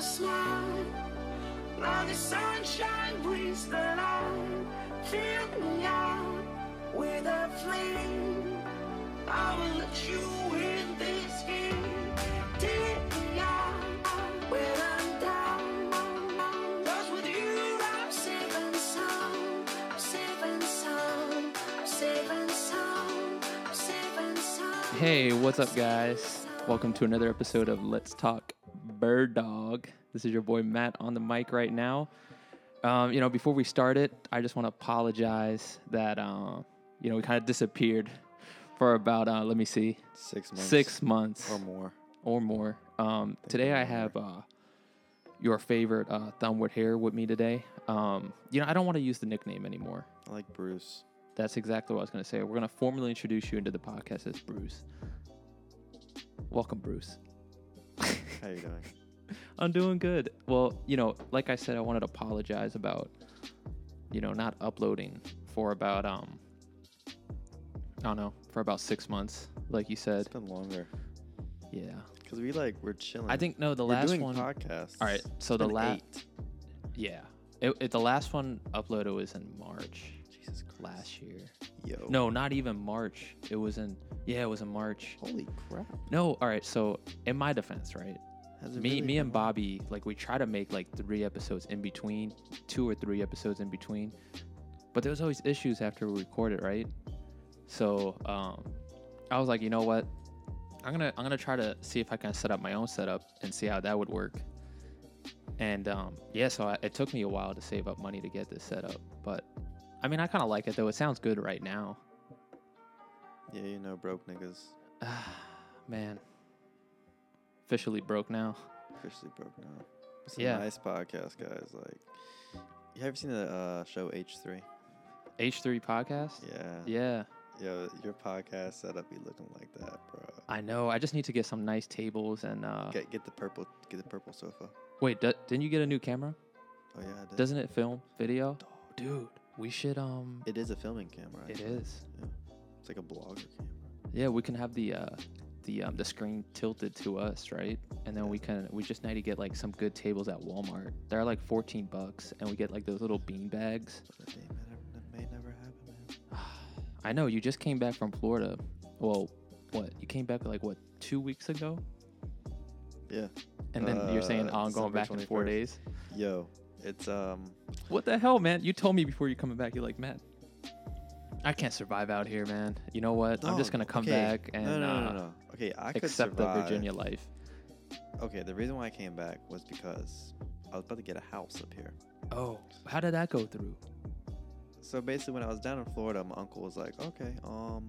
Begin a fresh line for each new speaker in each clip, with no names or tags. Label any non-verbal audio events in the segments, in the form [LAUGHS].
smile. Now the sunshine brings the light. Fill me out with a flame. I will let you in this game. Take me out when I'm down. 'Cause with you I'm safe and sound. I'm safe and sound. I'm safe and sound. I'm safe and sound.
Hey, what's up, guys? Welcome to another episode of Let's Talk Bird Dog. This is your boy Matt on the mic right now. Um, you know, before we start it, I just want to apologize that uh, you know we kind of disappeared for about uh, let me see,
Six months.
six months
or more.
or more. Um, today I have uh, your favorite uh, Thumbwood Hair with me today. Um, you know, I don't want to use the nickname anymore.
I like Bruce.
That's exactly what I was going to say. We're going to formally introduce you into the podcast as Bruce. Welcome, Bruce.
How
[LAUGHS]
you doing?
I'm doing good. Well, you know, like I said, I wanted to apologize about, you know, not uploading for about um, I don't know, for about six months, like you
it's
said.
been longer
Yeah,
because we like we're chilling.
I think no, the
we're
last
doing
one.
podcasts.
All right, so the
la-
last, yeah, it, it, the last one uploaded was in March
Jesus Christ.
last year.
Yo.
No, not even March. It was in yeah, it was in March.
Holy crap.
No, all right. So in my defense, right,
Has it
me
really
me
been
and
long?
Bobby like we try to make like three episodes in between, two or three episodes in between, but there was always issues after we recorded, right? So um, I was like, you know what, I'm gonna I'm gonna try to see if I can set up my own setup and see how that would work. And um, yeah, so I, it took me a while to save up money to get this set up, but I mean I kind of like it though. It sounds good right now. [SIGHS]
Yeah, you know, broke niggas.
Man, officially broke now.
Officially broke now. It's
Yeah.
a nice podcast, guys. Like, you ever seen the uh, show H3?
H3 podcast.
Yeah.
yeah.
Yo, your podcast setup be looking like that, bro.
I know. I just need to get some nice tables and uh
Get get the purple get the purple sofa.
wait, d- didn't you get a new camera?
Oh yeah, I did.
Doesn't it film video? Dude, we should um
it is a filming camera.
it
actually.
is.
Yeah. It's like a blogger camera.
Yeah, we can have the uh the um the screen tilted to us, right? And then we can we just need to get like some good tables at Walmart. They're like 14 bucks and we get like those little bean bags.
That day may never, that may never happen, man.
I know you just came back from Florida. Well, what? You came back like what? 2 weeks ago?
Yeah.
And then you're saying,
Uh,
"Oh, I'm going
December
back in 4
21st.
days."
Yo, it's um.
What the hell, man? You told me before you coming back. You're like, man, I can't survive out here, man. You know what? I'm just gonna
no,
come
Oh, okay,
back and
no, no, no,
uh,
no, no. Okay, I could
accept the
survive.
Virginia life.
Okay, the reason why I came back was because I was about to get a house up here.
Oh, how did that go through?
So basically, when I was down in Florida, my uncle was like, "Okay, um,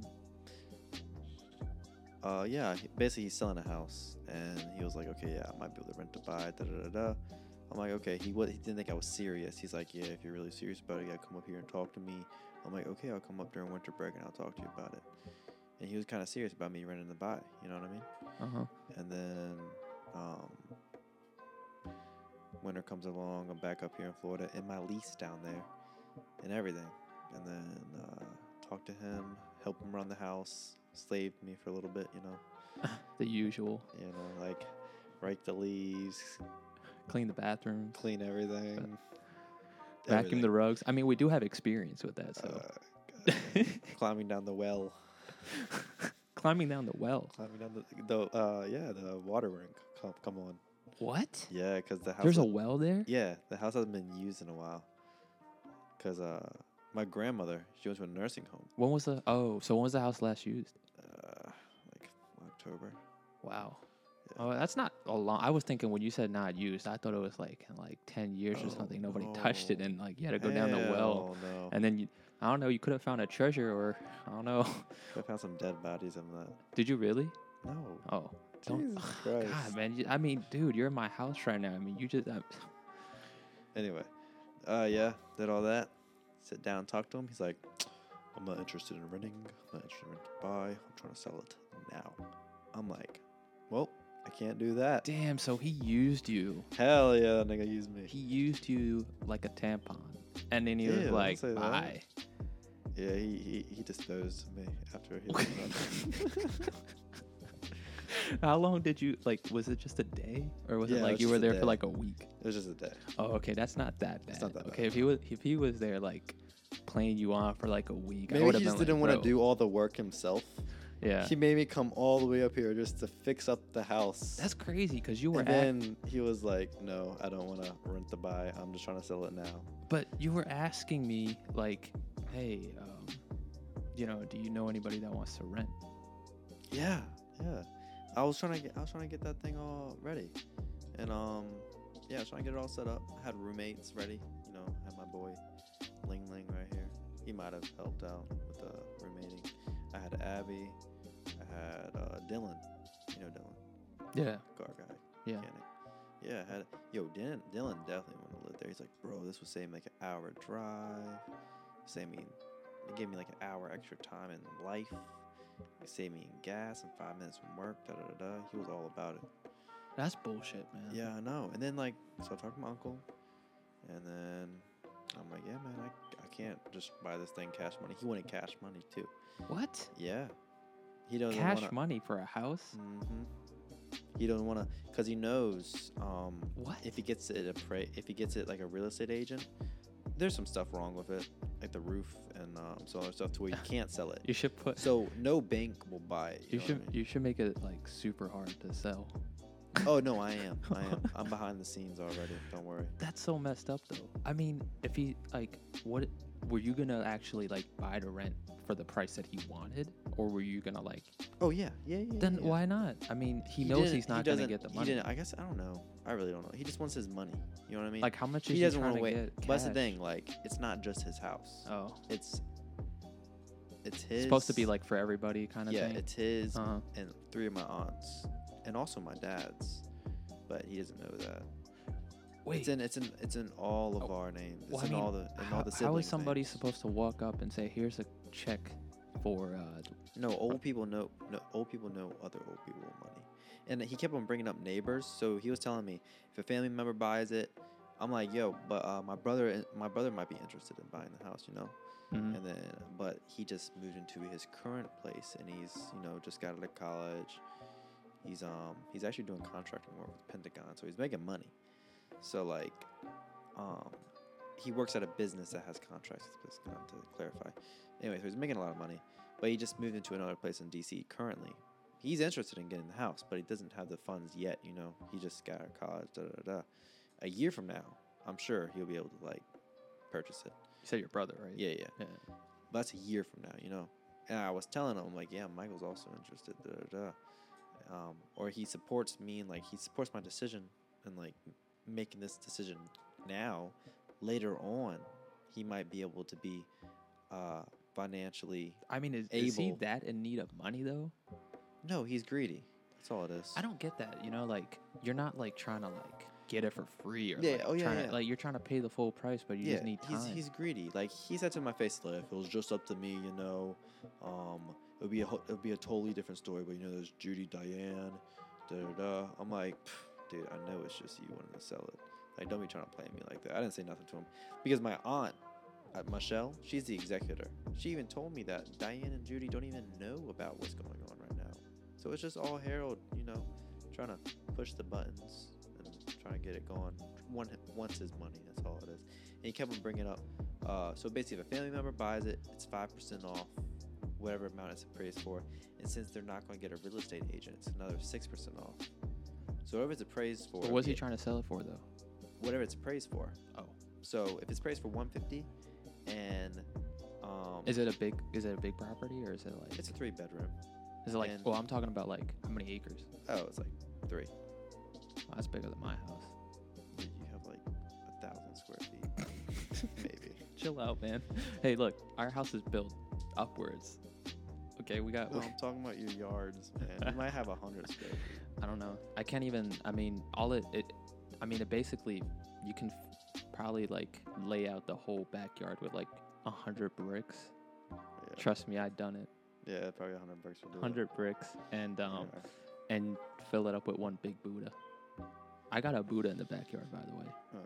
uh, yeah." he- Basically, he's selling a house, and he was like, "Okay, yeah, I might be able to rent to buy." Da da da da. I'm like, "Okay." He was, he didn't think I was serious. He's like, "Yeah, if you're really serious about it, you gotta come up here and talk to me." I'm like, "Okay, I'll come up during winter break and I'll talk to you about it." And he was kind of serious about me renting to buy. You know what I mean?
Uh huh.
And then um, winter comes along. I'm back up here in Florida in my lease down there and everything. And then uh, talk to him, help him run the house, slaved me for a little bit, you know,
The usual.
you know, like rake the leaves,
Clean the bathrooms,
clean everything,
[LAUGHS] vacuum the rugs. I mean, we do have experience with that. So
uh, goddamn. climbing down the well,
[LAUGHS] climbing down the well.
climbing down the, the uh, yeah, the water rink. Come, come on,
What?
yeah, because the house
There's a
was-
well there.
Yeah, the house hasn't been used in a while. Cause uh, my grandmother, she went to a nursing home,
When was the? Oh, so when was the house last used?
uh, like October.
Wow.
Yeah.
Oh, that's not a long. I was thinking when you said not used, I thought it was like in like ten years
Oh,
or something. Nobody touched it,
no.
and like you had to go down the well.
Hell No,
And then you, I don't know, you could have found a treasure or I don't know. [LAUGHS]
I found some dead bodies in that.
Did you really?
No,
Oh, don't.
Jesus
God,
Christ.
man. you- I mean, dude, you're in my house right now. I mean, you just. uh, I,
Anyway, uh, yeah, did all that. Sit down, talk to him. He's like, I'm not interested in renting. I'm not interested in rent to buy. I'm trying to sell it now. I'm like, well, I can't do that.
damn, so he used you.
Hell yeah,
[LAUGHS]
that nigga used me.
He used you like a tampon. And then he
Ew,
was
don't
like,
say that.
bye.
Yeah, he, he, he disposed of me after he.
[LAUGHS] How long did you like? Was it just a day, or was
Yeah,
it
it
like
was
you were
just a
there
day.
for like a week?
It was just a day.
Oh, okay, that's not that bad.
It's not that
okay,
bad.
if he was if he was there like playing you on for like a week, I
Maybe
would
he
have
just
been
didn't
like,
want to do
"Bro,
all the work himself.
Yeah,
He made me come all the way up here just to fix up the house.
that's crazy because you were
and
at-
then he was like, "No, I don't want to rent the buy. I'm just trying to sell it now."
but you were asking me like, hey, um, you know, do you know anybody that wants to rent?
Yeah, yeah. I was trying to get I was trying to get that thing all ready, and um, yeah, I was trying to get it all set up. I had roommates ready. You know, I had my boy Ling Ling right here. He might have helped out with the roommating. I had Abby. I had uh, Dylan. You know Dylan,
Yeah,
car guy.
Yeah.
mechanic. Yeah, I had yo Dylan. Dylan definitely wanted to live there. He's like, bro, this would save me like an hour drive. Save me. It gave me like an hour extra time in life. It saved me in gas and five minutes from work. Da da da. da." He was all about it.
that's bullshit, man.
Yeah, I know. And then like, so I talked to my uncle, and then I'm like, yeah, man, I, I can't just buy this thing cash money. He wanted cash money too.
What?
Yeah. He doesn't
Cash
wanna,
money for a house?
hmm He doesn't want to, cause he knows um,
What?
if he gets it appra- if he gets it like a real estate agent, there's some stuff wrong with it, like the roof and um, some other stuff to [LAUGHS] where you can't sell it.
You should put.
So no bank will buy it. You,
you
know
should
what I mean?
you should make it like super hard to sell.
Oh no, I am. I [LAUGHS] am. I'm behind the scenes already. Don't worry.
That's so messed up though. I mean, if he like what were you gonna actually like buy to rent for the price that he wanted? Or were you gonna like
Oh yeah, yeah, yeah.
then
yeah.
why not? I mean he, knows
didn't-
he's not gonna
doesn't-
get the
He
money.
didn't. I guess I don't know. I really don't know. He just wants his money. You know what I mean?
Like how much is
he doesn't
want
want
to
to wait.
Get
But that's the
cash?
thing. Like it's not just his house.
Oh.
It's it's his.
It's supposed to be like for everybody kind of
yeah,
thing.
it's his
Uh-huh.
and three of my aunts, and also my dad's, but he doesn't know that.
Wait,
It's in it's in it's in all of
Oh,
our names. It's
well, I
in
mean,
all the in
how,
all the
how
sibling
is somebody
names.
supposed to walk up and say, Here's a check for uh
No, old people know. No, old people know other old people money, and he kept on bringing up neighbors. So he was telling me if a family member buys it, I'm like, yo, but uh, my brother, my brother might be interested in buying the house, you know.
mhm.
And then, but he just moved into his current place, and he's you know just got out of college. He's um he's actually doing contracting work with Pentagon, so he's making money. So like, um, he works at a business that has contracts with Pentagon to clarify. Anyway, so he's making a lot of money, but he just moved into another place in D.C. currently. He's interested in getting the house, but he doesn't have the funds yet. You know, he just got out of college. Da da da. A year from now, I'm sure he'll be able to like purchase it.
You said your brother, right?
Yeah, yeah
Yeah.
but that's a year from now, you know. And I was telling him, I'm like, yeah, Michael's also interested, da da da. Um, or he supports me and like he supports my decision and like m- making this decision now. Later on, he might be able to be uh, financially.
I mean is, is he
Able.
that in need of money though?
No, he's greedy. That's all it is.
I don't get that. You know, like you're not like trying to like get it for free or
Yeah,
like,
oh, yeah,
trying
yeah.
To, like you're trying to pay the full price, but you
yeah,
just need time.
he's he's greedy. Like he said to my face, like, if it was just up to me, you know, um, it would be a ho- it would be a totally different story. But you know, there's Judy, Diane, da da da. I'm like, "Pff, dude, I know it's just you wanting to sell it. Like, don't be trying to play me like that. I didn't say nothing to him because my aunt, uh, Michelle, she's the executor. She even told me that Diane and Judy don't even know about what's going on right now. So it's just all Harold, you know, trying to push the buttons and trying to get it going. One wants his money. That's all it is. And he kept on bringing up. Uh, so basically, if a family member buys it, it's five percent off, whatever amount it's appraised for. And since they're not going to get a real estate agent, it's another six percent off. So whatever it's appraised for,
what was he
it-
trying to sell it for though?
whatever it's appraised for.
Oh.
So if it's appraised for one fifty, and um,
Is it a big is it a big property or is it like
It's a three bedroom.
is it like
and-
well I'm talking about like how many acres?
Oh, it's like three.
Wow, that's bigger than my house. [LAUGHS]
You have like a thousand square feet, [LAUGHS]
[LAUGHS]
maybe.
Chill out, man. Hey, look, our house is built upwards. Okay, we got.
No, I'm talking about your yards, man. You might have a hundred square feet.
I don't know. I can't even. I mean, all it. it I mean, it basically you can f- probably like lay out the whole backyard with like a hundred bricks.
Yeah.
Trust me, I've done it.
Yeah, probably 100 bucks will do it.
hundred bricks and um
Yeah.
and fill it up with one big Buddha. I got a Buddha in the backyard, by the way.
Uh,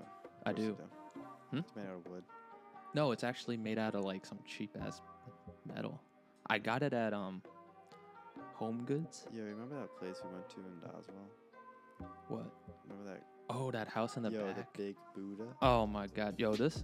I
of course you
do. Hmm?
It's made out of wood.
No, it's actually made out of like some cheap ass metal. I got it at um Home Goods?
Yeah, remember that place we went to in Doswell?
What?
Remember that?
Oh, that house in the
yo,
back.
the big Buddha.
Oh my god, yo, this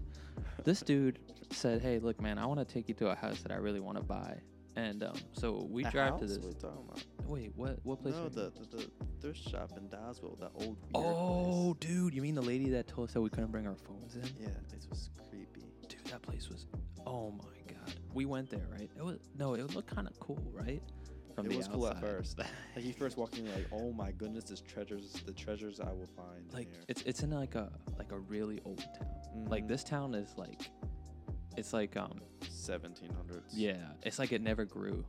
this dude said, "Hey, look, man, I want to take you to a house that I really want to buy." And um, so we
A
drive to this.
house? What are you talking about?
Wait, what? What place?
No,
are we in?
the, the, the thrift shop in Doswell, that old weird
oh,
place.
dude, you mean the lady that told us that we couldn't bring our phones in?
Yeah, that place was creepy.
Dude, that place was. Oh my god, we went there, right? It was no, it looked kind of cool, right? From
it
the
was cool at
outside.
first. [LAUGHS] like you first walked in, you're like, oh my goodness, this treasures, the treasures I will find.
Like
in here.
it's it's in like a like a really old town. Like
Mhm.
this town is like, it's like um
1700s.
Yeah, it's like it never grew.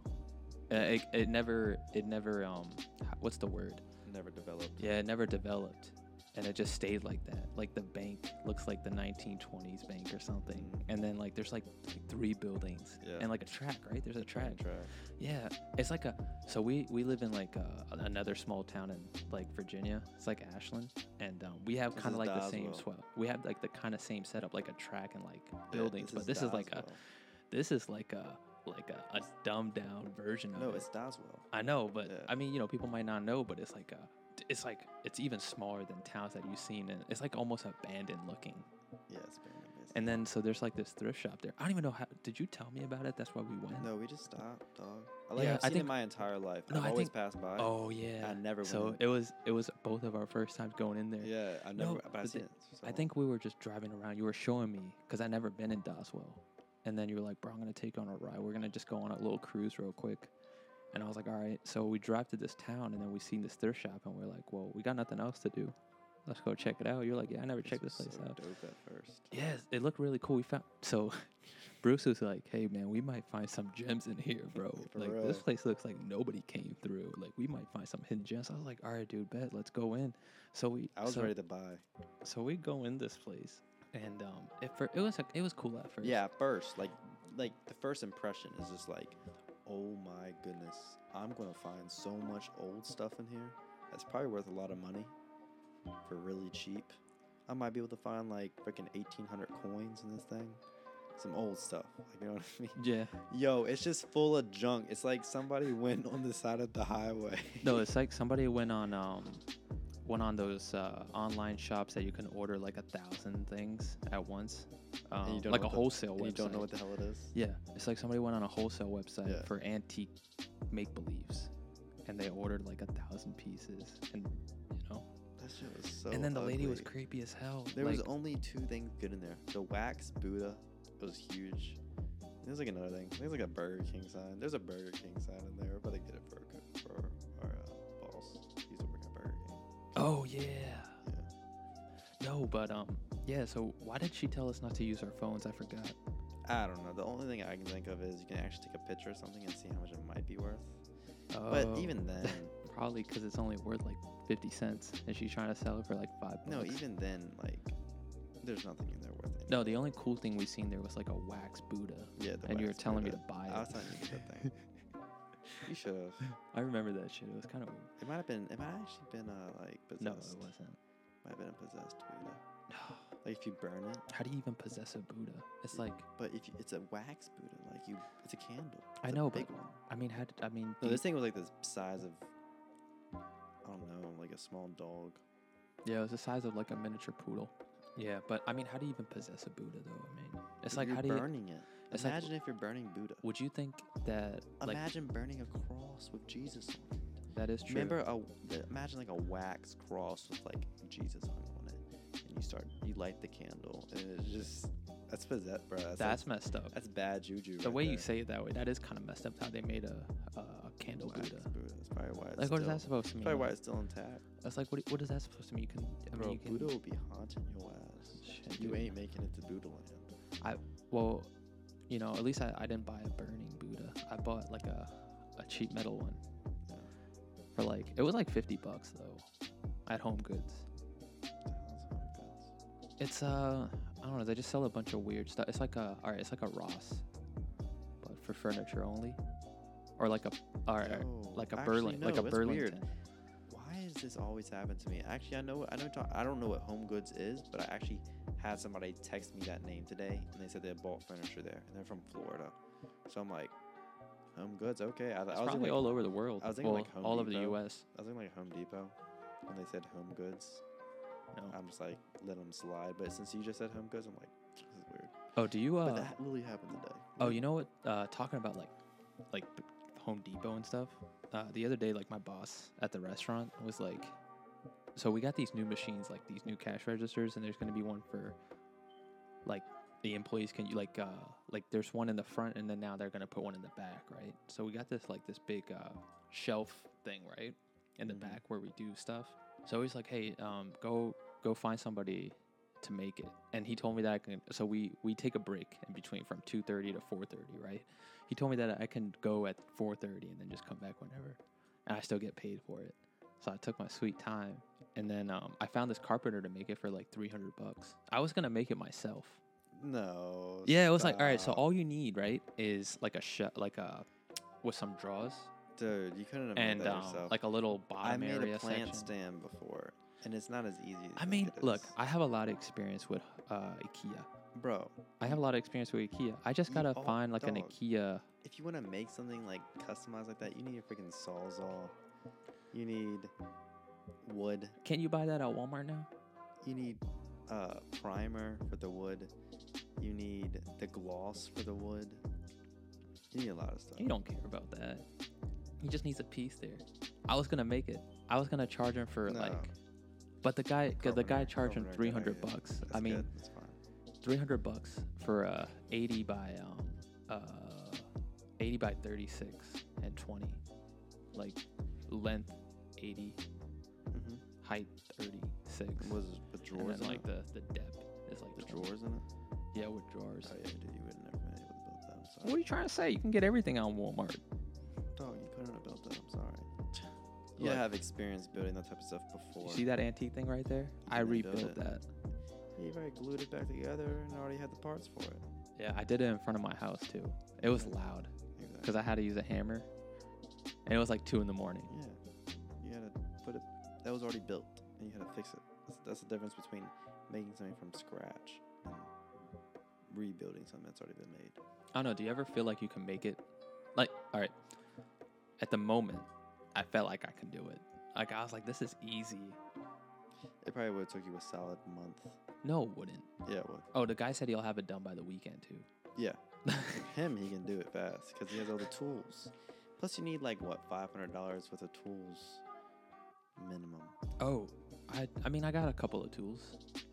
Uh, It, it never it never um h- what's the word?
never developed.
Yeah, it never developed, and it just stayed like that. Like the bank looks like the 1920s bank or something,
Mhm.
and then like there's like, like three buildings
Yeah.
and like a track, right? There's a track.
Track.
Yeah, it's like a so we we live in like uh another small town in like Virginia. It's like Ashland, and um, we have
This
kind of
is
like the same
Doswell.
swell. We have like the kind of same setup, like a track and like
Yeah,
buildings, but this is like a
Doswell.
this is like a like a, a dumbed down version of
No,
it.
it's Doswell.
I know, but
Yeah.
I mean, you know, people might not know, but it's like a, it's like it's even smaller than towns that you've seen, and it's like almost abandoned looking.
Yeah, it's been amazing.
And then so there's like this thrift shop there. I don't even know how. Did you tell me about it? That's why we went.
No, we just stopped, dog. I Like
Yeah,
I've
I
seen it
think-
my entire life.
No,
I've
I
always
think-
passed by.
Oh yeah.
I never went
So
in.
it was it was both of our first times going in there.
Yeah, I never.
No,
but I've
but
seen
the-
it. so
I think we were just driving around. You were showing me because I never been in Doswell, and then you were like, "Bro, I'm gonna take you on a ride. We're gonna just go on a little cruise real quick." And I was like, "All right." So we drive to this town, and then we seen this thrift shop, and we're like, "Well, we got nothing else to do. Let's go check it out." You're like, "Yeah, I never
long.
checked
was
this place
so
out."
Dope at first.
Yes, it looked really cool. We found so. [LAUGHS] Bruce was like, "Hey man, we might find some gems in here, bro.
[LAUGHS] For
like this
real.
place looks like nobody came through. Like we might find some hidden gems." I was like, "All right, dude, bet. Let's go in." So we.
I was
so-
ready to buy.
so we go in this place, and um, it, fir- it was it was cool at first.
Yeah, at first, like, like the first impression is just like, oh my goodness, I'm gonna find so much old stuff in here. That's probably worth a lot of money for really cheap. I might be able to find like freaking 1,800 coins in this thing. Some old stuff, [LAUGHS] like you know what I mean.
yeah.
Yo, it's just full of junk. It's like somebody [LAUGHS] went on the side of the highway.
No, it's like somebody went on um, went on those uh, online shops that you can order like a thousand things at once, um,
don't know
like a
what the-
wholesale
[LAUGHS] and
website.
you don't know what the hell it is.
yeah, it's like somebody went on a wholesale website
Yeah.
for antique make believes, and they ordered like a thousand pieces, and you know,
That shit
[LAUGHS]
was so.
and then the lady was
ugly.
creepy as hell.
There was
like-
only two things good in there. The wax Buddha, it was huge. There was like another thing. There's like a Burger King sign. There's a Burger King sign in there. We're about to get it for our, co- for our uh, boss. He used to work at Burger King.
oh yeah.
Yeah.
No, but um, yeah. So why did she tell us not to use our phones? I forgot.
I don't know. The only thing I can think of is you can actually take a picture of something and see how much it might be worth. But
Oh, [LAUGHS]
even then,
probably because it's only worth like fifty cents, and she's trying to sell it for like five.
no,
bucks.
even then, like, there's nothing in there worth it.
no. The only cool thing we seen there was like a wax Buddha,
Yeah, the
and you were
wax
telling
Buddha.
me to buy it.
I was telling you
[LAUGHS]
to get that thing. you should have.
I remember that shit. It was kind of weird.
It might have been. It might have actually been uh, like possessed.
No, it
[GASPS]
wasn't. [GASPS]
Might have been a possessed Buddha.
No.
Like if you burn it,
How do you even possess a Buddha? It's like
but if you, it's a wax Buddha, like you, it's a candle.
I
It's a
know,
big
but
one.
I mean, how? Did, I mean,
No,
do
this thing was like the size of, I don't know, like a small dog.
you- yeah, it was the size of like a miniature poodle. Yeah, but I mean, how do you even possess a Buddha though? I mean, it's
If
like
you're
how do you?
burning it.
it's like-
Imagine if you're burning Buddha.
Would you think that like
imagine burning a cross with Jesus on it.
that is true?
Remember a the- imagine like a wax cross with like Jesus hung on it, and you start you light the candle, and it's just that's possessed, bro. That's like-
that's messed up.
that's bad juju.
The
right
way you
there.
say it that way, that is kind of messed up. How they made a, a candle
wax
Buddha.
Buddha. That's probably why. It's
Like, what is
still,
that supposed to mean?
Probably why it's still intact.
That's like, what, what is that supposed to mean? You can, I mean,
Bro,
you can,
Buddha will be haunting your ass.
Shit,
you
dude.
ain't making it to Buddha land.
well, you know, at least I, I didn't buy a burning Buddha. I bought like a, a cheap metal one
Yeah.
for like, it was like 50 bucks though at Home Goods. It's, uh, I don't know, they just sell a bunch of weird stuff. It's like a, all right, it's like a Ross, but for furniture only. Or like a, all right,
No,
like a
actually,
Berlin, like
no,
a
that's weird.
Burlington.
Why is this always happen to me? Actually, I know, I know, I don't know what Home Goods is, but I actually had somebody text me that name today, and they said they bought furniture there, and they're from Florida. So I'm like, Home goods. Okay. I, I
It's
was in
probably
like,
all over the world.
I was thinking,
Well,
like, Home
all over the
Depot.
U.S.
I was in like Home Depot when they said home goods.
No.
I'm just like let them slide. But since you just said home goods, I'm like this is weird.
Oh, do you?
but
Uh,
that literally happened today.
oh, you know what? Uh, talking about like, like b- Home Depot and stuff. Uh, the other day, like my boss at the restaurant was like, "So we got these new machines, like these new cash registers, and there's going to be one for, like, the employees can you like, uh, like there's one in the front, and then now they're going to put one in the back, right? So we got this like this big uh, shelf thing, right, in the
Mhm.
back where we do stuff. So he's like, "Hey, um, go go find somebody to make it." And he told me that I can. So we we take a break in between from two thirty to four thirty, right? He told me that I can go at four thirty and then just come back whenever, and I still get paid for it. So I took my sweet time, and then um, I found this carpenter to make it for like three hundred bucks. I was gonna make it myself.
No.
Yeah, it was like, all right, so
stop.
all you need, right, is like a sh- like a with some draws
dude, you couldn't have made
and
that
um,
yourself.
like a little bottom
I made
area
a
section.
plant stand before, and it's not as easy. As you
I
think
mean,
it
look,
is.
I have a lot of experience with uh, IKEA.
bro,
I have a lot of experience with IKEA. I just
You
gotta
all
find like an
dog.
IKEA.
if you want to make something like customized like that, you need a freaking sawzall. You need wood.
Can you buy that at Walmart now?
You need uh, primer for the wood. You need the gloss for the wood. You need a lot of stuff.
He don't care about that. He just needs a piece there. I was gonna make it. I was gonna charge him for
No.
like, but the guy, cause the guy
Carpenter-
charged him
carpenter,
three hundred
yeah, yeah.
bucks.
That's
I mean,
good. that's fine.
three hundred bucks for a eighty by um uh eighty by thirty six and twenty, like length eighty,
Mm-hmm.
height thirty six,
Was with
and then
drawers in
like
it?
the the depth is like
the
20.
drawers in it?
Yeah, with drawers.
Oh yeah, dude, you would never been able to build that. I'm sorry.
What are you trying to say? You can get everything on Walmart.
Dog, you couldn't have built that. I'm sorry. You
Look.
gotta have experience building that type of stuff before.
You see that antique thing right there? I
can rebuild
rebuilt
it.
that.
Yeah, you've already glued it back together and already had the parts for it.
Yeah, I did it in front of my house too. It was loud
Exactly.
because I had to use a hammer, and it was like two in the morning.
Yeah. You had to put it. That was already built, and you had to fix it. That's, that's the difference between making something from scratch and rebuilding something that's already been made.
I don't know. Do you ever feel like you can make it? Like, all right, at the moment, I felt like I could do it. Like I was like, this is easy.
It probably would have took you a solid month.
No, it wouldn't.
Yeah, it would.
Oh, the guy said he'll have it done by the weekend too.
Yeah. Him, he can do it fast because he has all the tools. Plus, you need like what five hundred dollars worth of tools minimum.
[LAUGHS] oh, I I mean, I got a couple of tools.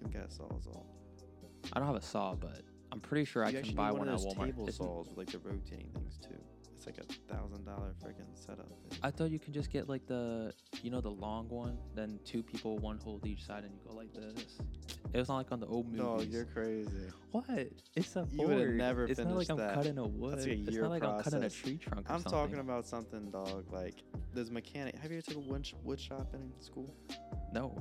You got sawzall.
I don't have a saw, but I'm pretty sure
you
I
actually
can buy
need
one,
of
at
those
Walmart.
table
Isn't-
saws with like the rotating things too. It's like a thousand dollar freaking setup. Thing.
I thought you can just get like the, you know, the long one, then two people, one hold each side, and you go like this. It was not like on the old movies.
no, you're crazy.
What? It's a
You
board.
would've never
it's not like
finished
I'm
that.
cutting a wood.
a
it's
year
not like I'm cutting a
process.
tree trunk. Or
I'm
something.
talking about something, dog. Like there's mechanic. Have you ever took a wood, sh- wood shop in school?
No,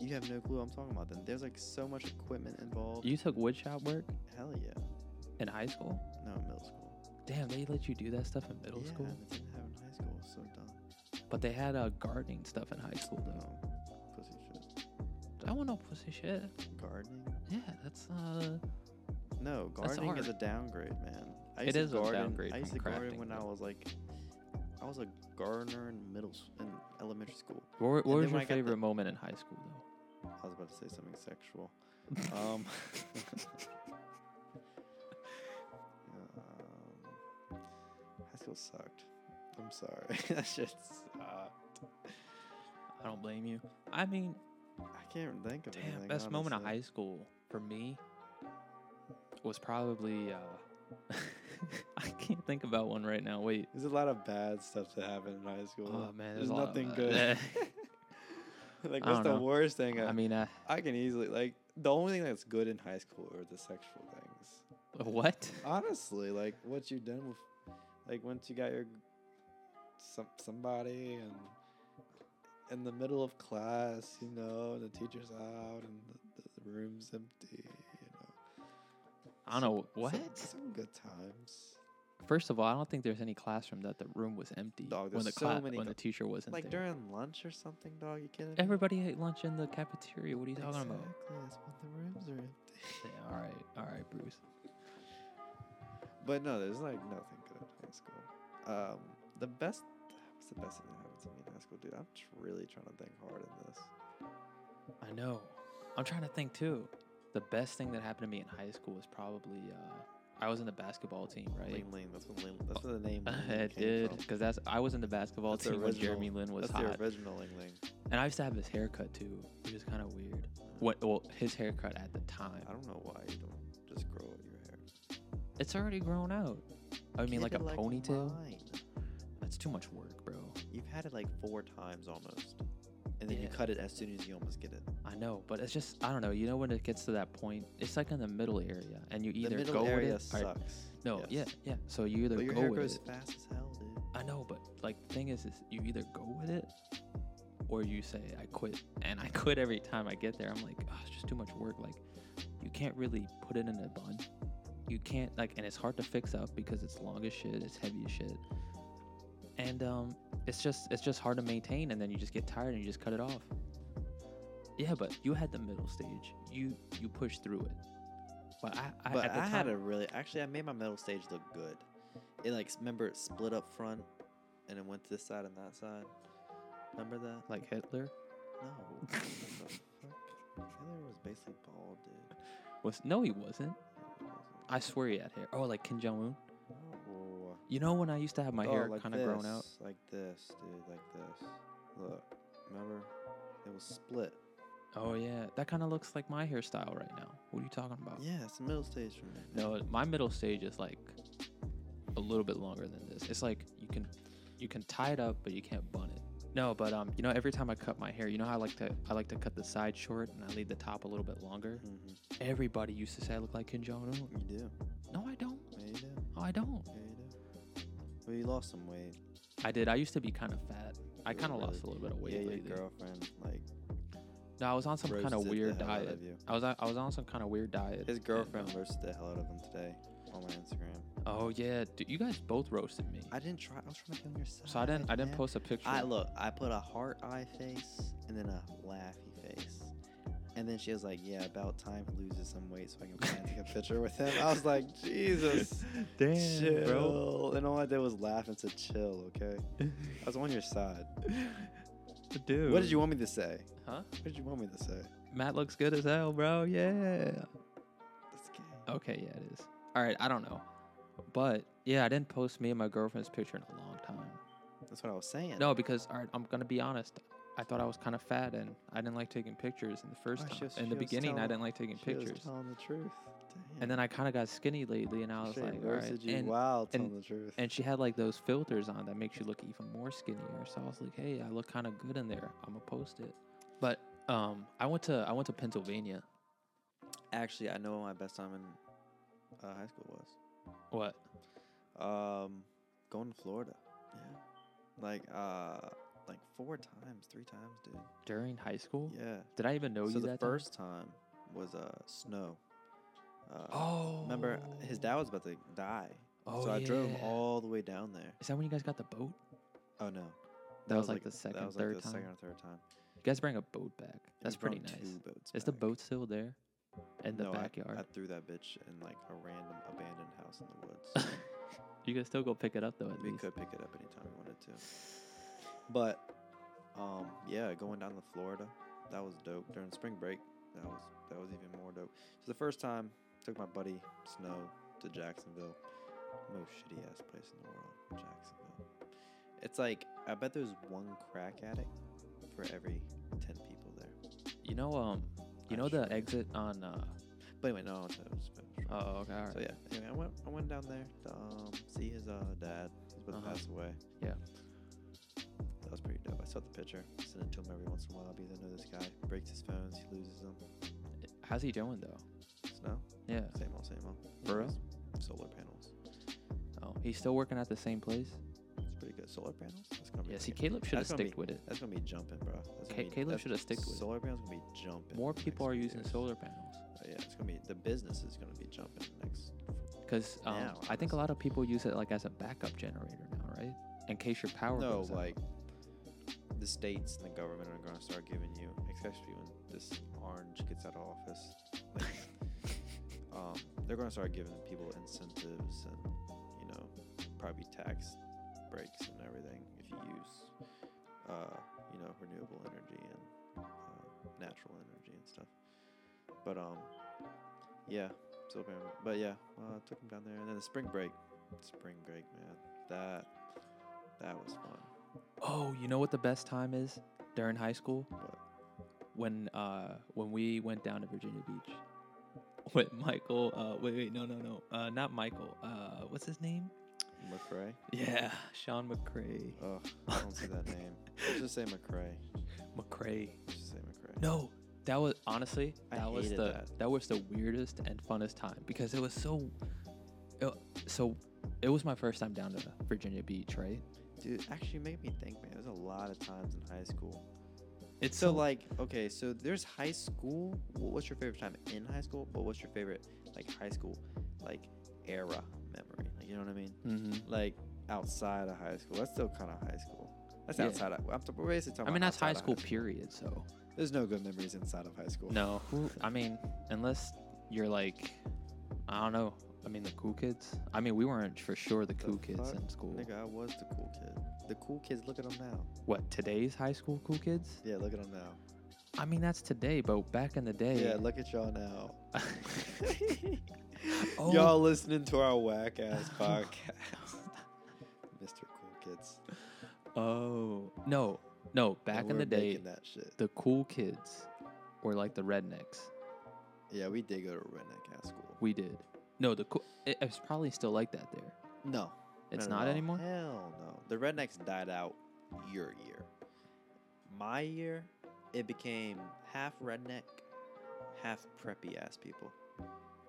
You have no clue. What I'm talking about then. There's like so much equipment involved.
you took wood shop work
Hell yeah.
in high school.
No, in middle school.
Damn, they let you do that stuff in middle
yeah,
school.
They didn't have it in high school. So dumb.
But they had uh, gardening stuff in high school though.
No. Pussy shit.
I want no pussy shit.
Gardening.
Yeah, that's uh.
No,
That's
gardening is a
art.
downgrade, man. I
It
used to
is a
garden,
downgrade
I used to
from
garden
crafting,
when I
but-
was like, I was a gardener in middle s- in elementary school.
What, were- what
And
was
then
your
when I got the-
favorite moment in high school though?
I was about to say something sexual. Um, [LAUGHS] um, high school sucked. I'm sorry. [LAUGHS] that shit sucked.
I don't blame you. I mean,
I can't think of
Damn,
anything.
best moment of
honestly.
high school for me was probably uh [LAUGHS] I can't think about one right now. Wait.
There's a lot of bad stuff that happened in high school.
Oh man,
there's
a lot of
nothing
that. [LAUGHS]
good. [LAUGHS] like
I
what's
don't
the
know.
worst thing?
I
I,
mean, uh,
I can easily like the only thing that's good in high school are the sexual things.
what?
Honestly, like what you done with, like once you got your some somebody and in the middle of class, you know, and the teacher's out and the, the room's empty. You know,
I don't know what.
Some, some good times.
First of all, I don't think there's any classroom that the room was empty
Dog,
when the
there's so
cla-
many
when the
cl-
teacher wasn't
Like
there.
during lunch or something, dog. You kidding? me?
Everybody ate lunch in the cafeteria. What are you talking
exactly.
about?
That's when the rooms are empty.
Yeah, all right, all right, Bruce.
But no, there's like nothing good in high school. Um, the best. What's the best thing that happened to me in high school, dude? I'm tr- really trying to think hard in this.
I know. I'm trying to think too. The best thing that happened to me in high school was probably uh, I was in the basketball team, right?
Lane
[LAUGHS]
Lane. That's when Lane. That's where the name. Lane Lane
it
came
did
from.
because that's I was in the basketball
That's the
team when
original-
Jeremy Lin was
That's
hot,
the original Ling
[LAUGHS]
Ling.
and I used to have his haircut too, which is kind of weird.
Uh,
What? Well, his haircut at the time.
I don't know why you don't just grow out your hair.
It's already grown out. I mean,
Get
like a
it
ponytail.
mine.
That's too much work, bro.
You've had it like four times almost, and then you
Yeah.
cut it as soon as you almost get it.
I know, but it's just I don't know. You know when it gets to that point, it's like in the middle area, and you either
the middle
go
area
with it. Or,
sucks.
no,
yes.
yeah, yeah. So you either
But your
go
hair
with
grows
it.
fast as hell, dude.
I know, but like the thing is, is you either go with it, or you say I quit, and I [LAUGHS] quit every time I get there. I'm like, oh, it's just too much work. Like, you can't really put it in a bun. You can't like, and it's hard to fix up because it's long as shit, it's heavy as shit, and um, it's just it's just hard to maintain. And then you just get tired and you just cut it off. Yeah, but you had the middle stage. You you pushed through it. But I, I
but
at the
I
time,
had a really actually I made my metal stage look good. It like s- remember it split up front, and it went to this side and that side. Remember that?
like Hitler
No. [LAUGHS] what the fuck? Taylor was basically bald, dude.
was no, he wasn't.
No,
I swear he had hair. Oh, like Kim Jong Un.
no.
You know when I used to have my
Oh,
hair
like
kind of grown out?
this, Like this, dude. Like this. Look, remember? It was split.
Oh yeah, that kind of looks like my hairstyle right now. What are you talking about?
Yeah, it's the middle stage for me. man.
No, my middle stage is like a little bit longer than this. It's like you can you can tie it up, but you can't bun it. No, but um, you know, every time I cut my hair, you know how I like to I like to cut the side short and I leave the top a little bit longer.
Mhm.
Everybody used to say I look like Kim Jong Un.
You do.
No, I don't.
Yeah, you do.
No, I don't.
Yeah, you do. Well, you lost some weight.
I did. I used to be kind of fat. I
You
kind of
really-
lost a little bit of weight
yeah,
lately.
your girlfriend like
No, I was on some kind
roasted
of
the
weird
hell out
diet.
of you.
I was on, I was on some kind of weird diet.
His
and,
girlfriend
um,
roasted the hell out of him today on my Instagram.
Oh yeah, dude, you guys both roasted me.
I didn't try. I was trying to be on your side.
so I didn't I didn't
man.
post a picture. [LAUGHS]
I look. I put a heart eye face and then a laughy face, and then she was like, "Yeah, about time he loses some weight so I can plan to take a picture with him."
[LAUGHS]
I was like, "Jesus,
Damn,
chill."
bro.
And all I did was laugh and said, "Chill, okay." I was on your side.
Dude.
What did you want me to say?
Huh?
What did you want me to say?
Matt looks good as hell, bro. Yeah.
That's gay.
Okay, yeah, it is. All right, I don't know, but yeah, I didn't post me and my girlfriend's picture in a long time.
That's what I was saying.
No, because all right, I'm gonna be honest. I thought I was kind of fat and I didn't like taking pictures in the first
Oh, she
time.
was-
in the
she was
beginning, I
telling-
didn't like taking
she was
pictures,
telling the truth. Damn.
and then I kind of got skinny lately, and I was
Straight
like, all right.
roasted you
And,
while
and-
telling the truth.
and she had like those filters on that makes you look even more skinnier. So I was like, hey, I look kind of good in there. I'm gonna post it. But um, I went to I went to Pennsylvania.
Actually, I know what my best time in uh, high school
What?
was. Um, going to Florida. Yeah. Like uh, like four times, three times, dude.
During high school?
Yeah.
Did I even know
so
you
the
that time?
first time, was uh snow. Uh,
Oh,
Remember, his dad was about to die,
Oh,
so I drove him
yeah.
all the way down there.
Is that when you guys got the boat?
Oh no,
That was, like, the second,
that was
third
like the
time.
second or third time.
You guys bring a boat back. That's
We
pretty
brought
nice.
two boats
Is the
back.
boat still there? In the
No, I-
backyard?
I, threw that bitch in like a random abandoned house in the
[LAUGHS]
woods.
you can still go pick it up though. At
we
least.
could pick it up anytime we wanted to. But um, yeah, going down to Florida, that was dope. During spring break, that was that was even more dope. So the first time, took my buddy Snow to Jacksonville, most shitty ass place in the world, Jacksonville. It's like I bet there's one crack addict for every ten people there.
You know, um, you
I
know the
sure-
exit on. Uh,
But anyway, no, it's- it's- it's-
oh, okay, all right.
So yeah, anyway, I went I went down there to um, see his uh, dad. He's about
Uh-huh.
to pass away.
Yeah.
That was pretty dope. I saw the picture. Send it to him every once in a while. Because I know this guy breaks his phones, he loses them.
How's he doing though?
Snow,
Yeah.
same old, same old. He
For real?
does Solar panels.
Oh, he's still working at the same place.
It's pretty good. Solar panels. That's gonna be.
Yeah. See,
freaking-
Caleb should have
that's gonna be-
sticked with it.
That's gonna be jumping, bro. That's
Ca-
gonna be-
Caleb
that's-
shoulda sticked with it.
Solar panels gonna be jumping.
More
in the next
people are
few
using
years.
solar panels
Uh, yeah, it's gonna be the business is gonna be jumping in the next.
because um,
Now,
I think a
honestly.
lot of people use it like as a backup generator now, right? In case your power
No,
goes out.
like the states and the government are going to start giving you, especially when this orange gets out of office. Like, um, they're going to start giving people incentives and you know probably tax breaks and everything if you use, uh, you know, renewable energy and uh, natural energy and stuff. But um, yeah, solar panel. But yeah, uh, took him down there, and then the spring break, spring break, man, that that was fun.
Oh, you know what the best time is during high school?
What?
When uh when we went down to Virginia Beach [LAUGHS] with Michael. Uh, wait, wait, no, no, no, uh, not Michael. Uh, what's his name?
McRae.
Yeah, Sean McCray. [LAUGHS]
Oh, I don't see that name. Let's just say McRae.
McCray.
Let's just say McRae.
No, that was honestly
I
that was the
hated
that.
that.
was the weirdest and funnest time because it was so. It, so, it was my first time down to Virginia Beach, right?
Dude, actually, make me think, man. There's a lot of times in high school.
It's
So,
so like
like, okay, so there's high school. Wh- What's your favorite time in high school? But what's your favorite, like, high school, like, era memory? Like, you know what I mean?
Mm-hmm.
Like, outside of high school. That's still kind of high school. That's
Yeah.
outside of. I'm t- we're basically talking
I mean
about
that's high
outside of
school period, so.
There's no good memories inside of high school.
No, who? I mean, unless you're like, I don't know. I mean, the cool kids. I mean, we weren't for sure the
The
cool kids
fuck?
in school.
Nigga, I was the cool kid. The cool kids, look at them now.
What today's high school cool kids?
Yeah, look at them now.
I mean, that's today, but back in the day.
Yeah, look at y'all now. [LAUGHS]
Oh.
Y'all listening to our whack ass [LAUGHS] podcast, Mr. Cool Kids.
[LAUGHS] oh no, no.
And
Back in
we're
the day,
making that shit.
the cool kids were like the rednecks.
Yeah, we did go to a redneck ass school.
We did. No, the cool. It, it's probably still like that there.
No,
It's
at
not
all.
anymore.
Hell no. The rednecks died out your year. My year, it became half redneck, half preppy ass people.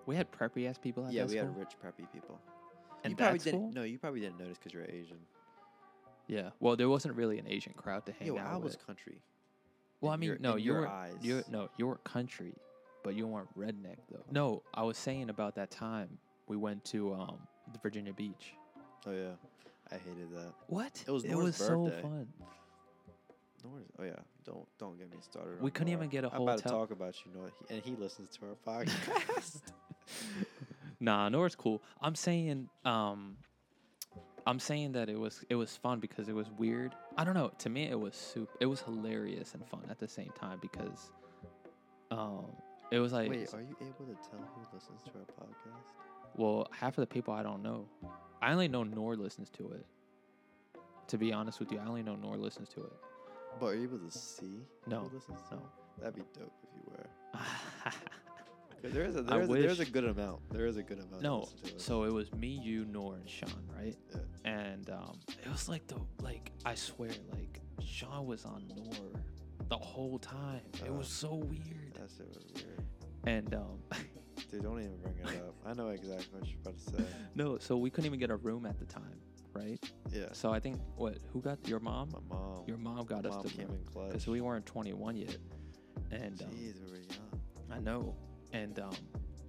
We had preppy ass people at
yeah,
that
we
school.
had rich preppy people.
and
you probably
that
didn't.
school.
No, you probably didn't notice because you're Asian.
Yeah. Well, there wasn't really an Asian crowd to hang
Yo,
out
I
with.
was country.
Well, I
in
mean,
your-
no,
in
you
your
were
eyes.
you no, you were country, but you weren't redneck though. No, I was saying about that time we went to um the Virginia Beach.
Oh yeah, I hated that.
What?
It was
it
Nora's
was so
birthday.
fun.
Nor is- oh yeah, don't don't get me started.
We
on
couldn't
Nora.
even get a
I'm about to
hotel-
talk about you, Nora, and he listens to
[LAUGHS]
our podcast.
Nah, Nora's cool. I'm saying um I'm saying that it was it was fun because it was weird. I don't know. To me, it was super. It was hilarious and fun at the same time because, um, it was [LAUGHS] like
Wait, are you able to tell who listens to our podcast?
Well, half of the people I don't know. I only know Nor listens to it. To be honest with you, I only know Nor listens to it. [LAUGHS]
But are you able to see
No,
who listens to?
no.
it? That'd be dope if you were. Oh, 'Cause There is a
I
there is a, there's a
wish-
good amount. There is a good amount. that
no,
listen to us.
so it was me, you, Nor, and Sean, right?
Yeah.
And um, it was like the like I swear, like Sean was on Nor the whole time. It was
Uh,
so weird.
that shit was weird.
And um, [LAUGHS]
Dude, don't even bring it up. I know exactly what you're about
[LAUGHS]
to say.
no, so we couldn't even get a room at the time, right?
Yeah,
So I think what who got your mom?
my mom.
Your mom got
mom
us the
came
room
in clutch.
because we weren't 21 yet. And um,
Jeez, we were young.
I know. And um,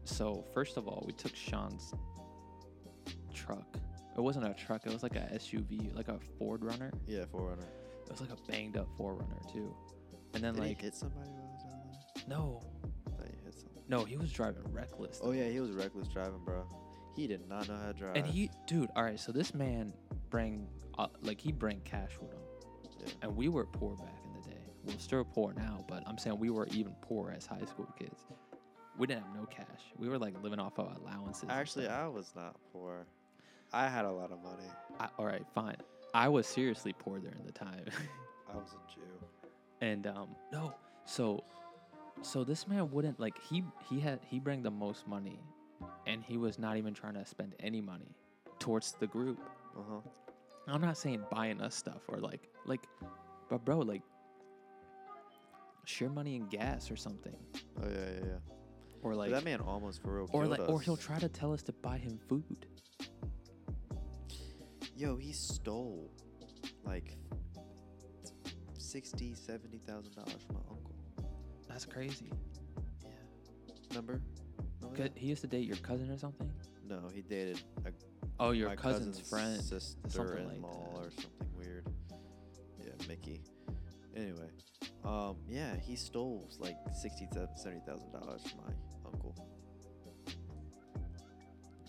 so first of all, we took Sean's truck. It wasn't a truck. It was like a SUV, like a Ford Runner.
Yeah, forerunner.
It was like a banged up Forerunner too. And then
Did
like
he hit somebody while I was down there?
no,
I thought he hit somebody.
no, he was driving reckless.
Oh yeah, he was reckless driving, bro. He did not know how to drive.
And he, dude, all right. So this man bring, uh, like he bring cash with him,
Yeah.
and we were poor back in the day. We're still poor now, but I'm saying we were even poor as high school kids. We didn't have no cash. We were like living off of allowances. and
Actually,
stuff.
I was not poor. I had a lot of money.
I, all right, fine. I was seriously poor during the time, [LAUGHS]
I was a Jew.
and um, no, so, so this man wouldn't like he he had he bring the most money, and he was not even trying to spend any money towards the group.
Uh huh.
Uh-huh. I'm not saying buying us stuff or like like, but bro, like, share money in gas or something,
Oh yeah, yeah, yeah.
or
But
like,
that man almost for real
or
killed
like, or
us.
he'll try to tell us to buy him food.
Yo, he stole like sixty, seventy thousand dollars from my uncle.
That's crazy.
Yeah. Remember? Remember
Cause
that?
he used to date your cousin or something.
No, he dated a,
Oh, your
my
cousin's, friend.
sister
something like
in law
that.
or something weird. Yeah, Mickey. Anyway, um, yeah, he stole like sixty to seventy thousand dollars from my uncle.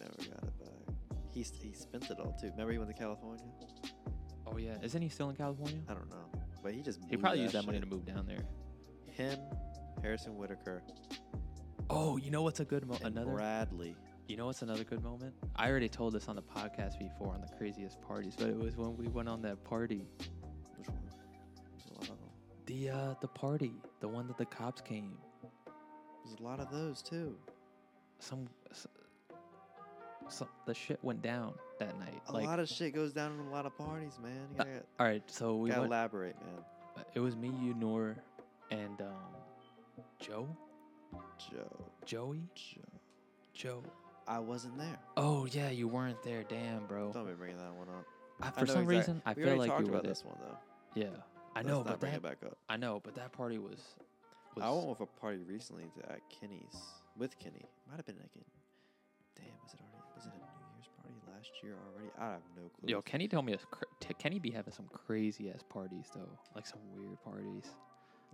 Never got it back. He s- he spent it all too. Remember he went to California?
Oh yeah, isn't he still in California?
I don't know, but he just
He
blew
probably used that money
shit.
to move down there.
him, Harrison Whitaker,
Oh, you know what's a good mo-
and
another?
Bradley.
You know what's another good moment? I already told this on the podcast before on the craziest parties, but it was when we went on that party.
Which one? There's a lot of them.
The uh the party, the one that the cops came.
There's a lot of those too.
Some, s- some the shit went down that night.
A
like
lot of shit goes down in a lot of parties, man. You
Uh,
gotta,
all right, so we
gotta
went,
elaborate, man.
it was me, you, Nor, and um Joe,
Joe,
Joey,
Joe.
Joe.
I wasn't there.
Oh yeah, you weren't there, damn, bro.
Don't be bringing that one up.
I,
I
for
know
some
exact-
reason, Oh. I
we
feel
already
like
talked
you were
about
there.
this one though.
Yeah, I
Let's
know,
not
but
bring
that
it back up.
I know, but that party was. was
I went with a party recently to, at Kenny's with Kenny. Might have been like in. Damn, was it already? Was it a New Year's party last year already? I have no clue.
Yo, Kenny told me it's cr- t- Kenny be having some crazy ass parties though, like some weird parties,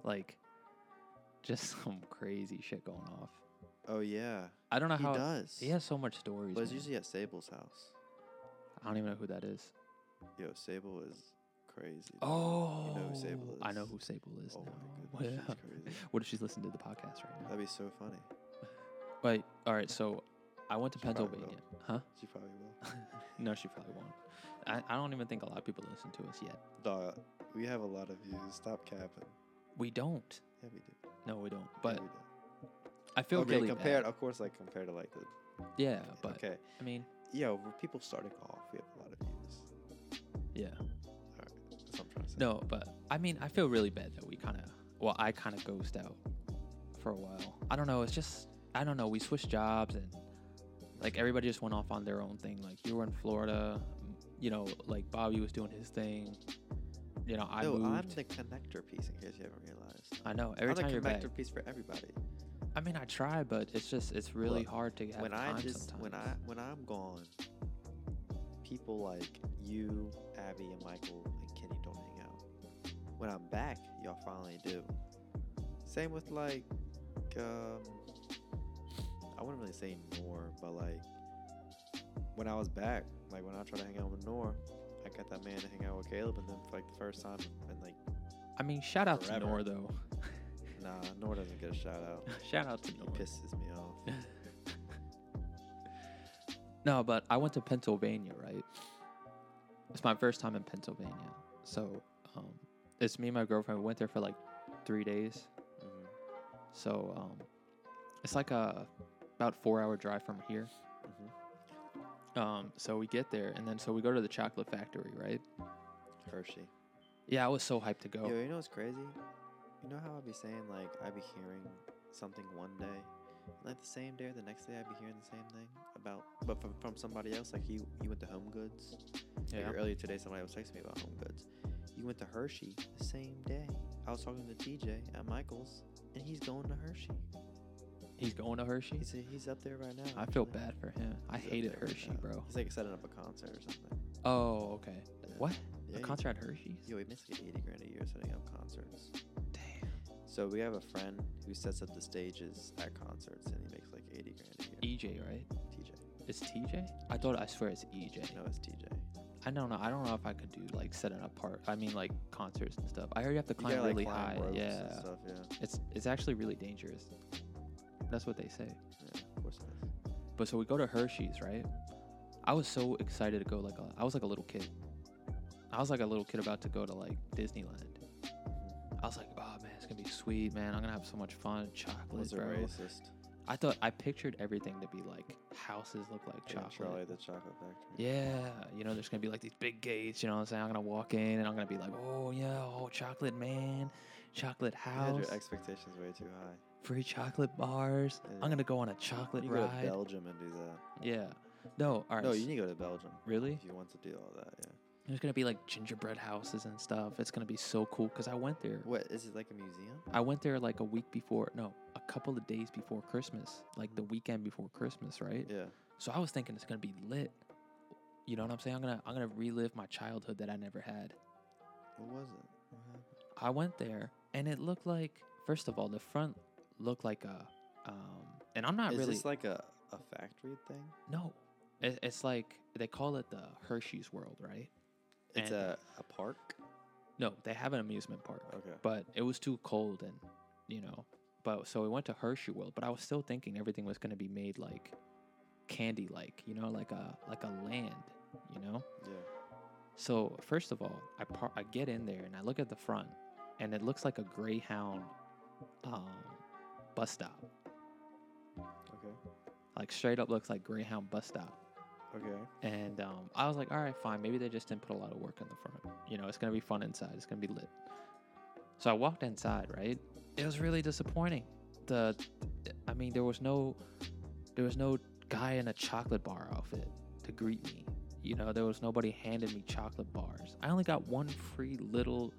like just [LAUGHS] some crazy shit going off.
Oh yeah,
I don't know
he
how
does.
he has so much stories.
But it's
man.
usually at Sable's house.
I don't even know who that is.
Yo, Sable is crazy. dude.
Oh,
who Sable
I know
is.
who Sable is.
Oh
now.
my goodness,
Yeah.
she's crazy.
[LAUGHS] What if she's listening to the podcast right now?
That'd be so funny.
Wait, all right. So I went to
Uh, She probably will.
Pennsylvania, huh?
She probably will.
no, she probably won't. I, I don't even think a lot of people listen to us yet.
Dog, we have a lot of views. Stop capping.
We don't.
Yeah, we do. Yeah,
No, we don't.
we
But
do.
I feel
okay,
really
compared,
bad.
of course, like compared to like the.
Yeah, but
okay,
I mean,
yo, we're people starting off, we have a lot of views.
yeah.
That's what I'm trying to say.
No, but I mean, I feel really bad that we kind of, well, I kind of ghosted out for a while. I don't know. It's just, I don't know. We switched jobs and like everybody just went off on their own thing. Like you were in Florida, you know, like Bobby was doing his thing. You know, I
no, I'm
moved.
the connector piece. In case you haven't realized,
I know. Every
I'm
time
the
you're back,
connector piece for everybody.
I mean, I try, but it's just, it's really
Look,
hard to have
when
time
I just
sometimes.
when I when I'm gone, people like you, Abby, and Michael and Kenny don't hang out. When I'm back, y'all finally do. Same with like, um, I wouldn't really say Nor, but like when I was back, like when I tried to hang out with Nor, I got that man to hang out with Caleb and then for like the first time and like
I mean, shout out
Forever.
to Nor though. [LAUGHS]
nah, Nor doesn't get a shout out.
shout out to
He
Nor.
pisses me off.
[LAUGHS]
Mm-hmm.
No, but I went to Pennsylvania, right? It's my first time in Pennsylvania. So um, it's me and my girlfriend. We went there for like three days.
Mhm,
So um, it's like a about four hour drive from here.
mhm. Mm-hmm.
Um, so we get there, and then so we go to the chocolate factory, right?
Hershey.
Yeah, I was so hyped to go.
Yo, you know what's crazy? You know how I'd be saying like I'd be hearing something one day, and like the same day or the next day I'd be hearing the same thing about, but from, from somebody else. Like you, you went to Home Goods. Like,
yeah.
earlier today, somebody was texting me about Home Goods. You went to Hershey the same day. I was talking to TJ at Michaels, and he's going to Hershey.
He's going to Hershey.
He's he's up there right now.
I feel
actually.
bad for him. I
He's up
hated
there right
Hershey,
now.
bro.
He's like setting up a concert or something.
Oh, okay.
Yeah.
What?
Yeah,
a
he-
concert at Hershey's?
Yo, he makes like eighty grand a year setting up concerts.
Damn.
So we have a friend who sets up the stages at concerts, and he makes like eighty grand a year.
EJ, E right?
TJ,
It's TJ? I thought I swear it's E EJ.
no, it's TJ.
I don't know. I don't know if I could do like setting up part. I mean, like concerts and stuff. I heard you have to
You
climb
gotta, like,
really
climb
high.
ropes and
Yeah,
stuff, yeah,
it's it's actually really dangerous. That's what they say.
yeah, of course it is.
But so we go to Hershey's, right? I was so excited to go. Like a, I was like a little kid. I was like a little kid about to go to like Disneyland. I was like, oh man, it's gonna be sweet, man. I'm gonna have so much fun. Chocolate,
Was it
bro.
racist?
I thought I pictured everything to be like houses look like
Yeah,
chocolate.
Charlie at the Chocolate Factory.
Yeah, you know, there's gonna be like these big gates. You know what I'm saying? I'm gonna walk in and I'm gonna be like, oh yeah, oh chocolate man, chocolate
You had
house,
your expectations way too high.
free chocolate bars.
Yeah.
I'm gonna go on a chocolate
You go to
ride.
Belgium and do that.
yeah, no, all right.
No, you need to go to Belgium
really?
if you want to do all that. Yeah.
There's gonna be like gingerbread houses and stuff. It's gonna be so cool because I went there.
What is it like a museum?
I went there like a week before, no, a couple of days before Christmas, like the weekend before Christmas, right?
Yeah.
So I was thinking it's gonna be lit. You know what I'm saying? I'm gonna I'm gonna relive my childhood that I never had.
What was it? What happened?
I went there and it looked like first of all the front looked like a um and I'm not
is
really
this like a, a factory thing?
no it, it's like they call it the Hershey's World right
It's
And-
a, a park.
No, they have an amusement park.
Okay.
But it was too cold and, you know, but so we went to Hershey World, but I was still thinking everything was going to be made like candy like, you know, like a like a land, you know?
Yeah.
So, first of all, I par- I get in there and I look at the front and it looks like a Greyhound um, bus stop.
Okay.
Like straight up looks like Greyhound bus stop.
Okay.
And um, I was like, all right, fine. Maybe they just didn't put a lot of work in the front. You know, it's going to be fun inside. It's going to be lit. So I walked inside, right? It was really disappointing. The, I mean, there was no, there was no guy in a chocolate bar outfit to greet me. You know, there was nobody handing me chocolate bars. I only got one free little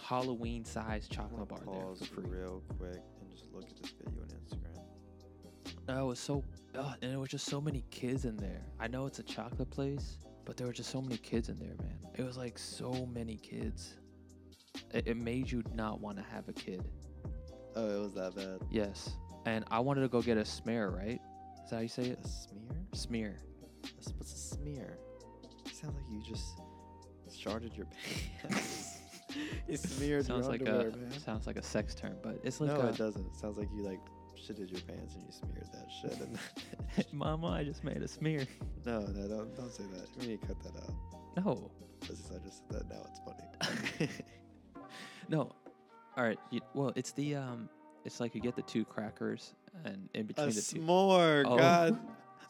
Halloween-sized
I'm gonna
chocolate bar there
pause
for free.
real quick and just look at this video on Instagram.
I was so, ugh, and there was just so many kids in there. I know it's a chocolate place, but there were just so many kids in there, man. It was like so many kids. It, it made you not want to have a kid.
Oh, it was that bad.
Yes. And I wanted to go get a smear, right? Is that how you say it?
A smear?
Smear.
That's- What's a smear? It sounds like you just started your [LAUGHS] pants.
[LAUGHS]
you smeared
sounds
your
like
underwear,
a
man.
sounds like a sex term, but it's like
No,
a,
it doesn't. It sounds like you like shitted your pants and you smeared that shit. And
[LAUGHS] Mama, I just made a smear.
[LAUGHS]
[LAUGHS]
no, no, don't, don't say that. We need to cut that out.
No,
Since I just said that, now it's [LAUGHS] funny.
no. All right. You, well, it's the um, it's like you get the two crackers, and in
a
between the two.
s'more,
Oh.
God,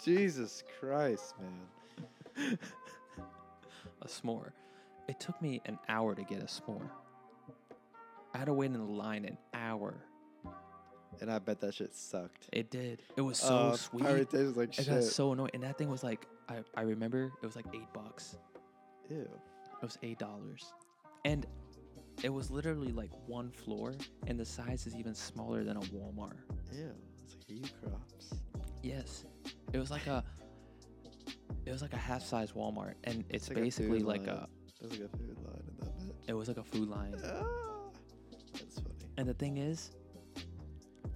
Jesus Christ, man.
a s'more. It took me an hour to get a s'more. I had to wait in the line an hour.
And I bet that shit sucked.
It did. It was so
Uh,
sweet.
Pirate Taste was like
It
shit.
got so annoying. And that thing was like, I, I remember it was like eight bucks.
Ew.
It was eight dollars. And it was literally like one floor, and the size is even smaller than a Walmart.
Ew. It's like you crops.
Yes. It was like a. It was like a half-size Walmart, and it's,
like a
basically
food
like
line.
a.
There's like a food line in that bitch.
It was like a food line.
Ah, that's funny.
And the thing is,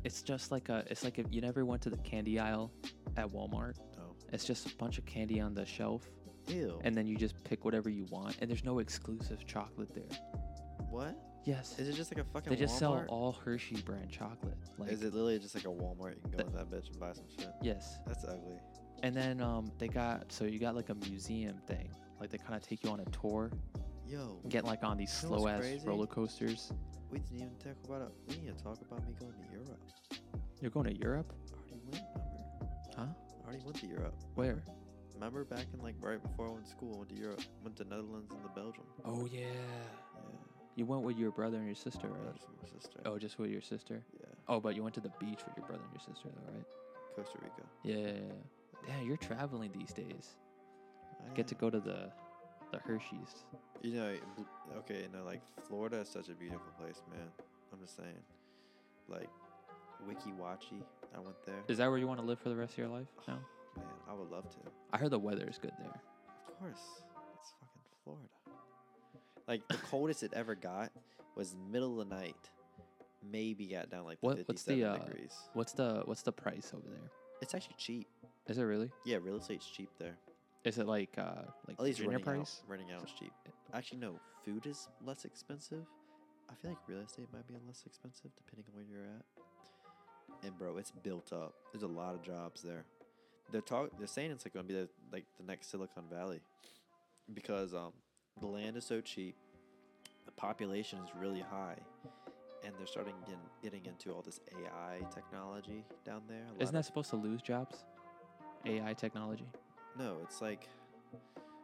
it's just like a, it's like if you never went to the candy aisle at Walmart,
No.
it's just a bunch of candy on the shelf,
Ew.
and then you just pick whatever you want, and there's no exclusive chocolate there.
what?
Yes,
Is it just like a fucking
they just sell
Walmart?
all Hershey brand chocolate. Like,
Is it literally just like a Walmart? You can go
Th-
in that bitch and buy some shit.
Yes,
That's ugly.
and then um, they got so you got like a museum thing, like they kind of take you on a tour,
Yo,
get like on these
You know what's
slow ass
crazy?
roller coasters.
we didn't even talk about it. We need to talk about me going to Europe.
You're going to Europe,
I already went, remember?
huh?
I already went to Europe.
Where?
Remember back in like right before I went to school, I went to Europe. Went to Netherlands and to Belgium.
Oh yeah,
Yeah.
you went with your brother and your sister,
Right.
right?
Just with my sister.
Oh, just with your sister?
Yeah.
Oh, but you went to the beach with your brother and your sister, though, right?
Costa Rica.
Yeah. yeah, yeah, yeah. Damn, you're traveling these days.
I
Get to
am.
go to the the Hershey's.
You know, it bl- okay, you know, like Florida is such a beautiful place, man. I'm just saying, like Wiki Watchy, I went there. Oh,
Is that where you want to live for the rest of your life? No.
Man, I would love to.
I heard the weather is good there.
Of course, it's fucking Florida. Like the coldest it ever got was middle of the night. Maybe got down like to
What- what's the,
57
uh,
degrees.
What's the what's the price over there?
It's actually cheap.
Is it really?
Yeah, real estate's cheap there.
Is it like uh like
At least
junior
renting
price?
out, renting out is cheap. Actually, no, food is less expensive. I feel like real estate might be less expensive depending on where you're at. And bro, it's built up. There's a lot of jobs there. They're talk. They're saying it's like going to be the, like the next Silicon Valley, because um, the land is so cheap, the population is really high, and they're starting getting, getting into all this AI technology down there. A lot
Isn't
of-
that supposed to lose jobs? AI technology.
no, it's like,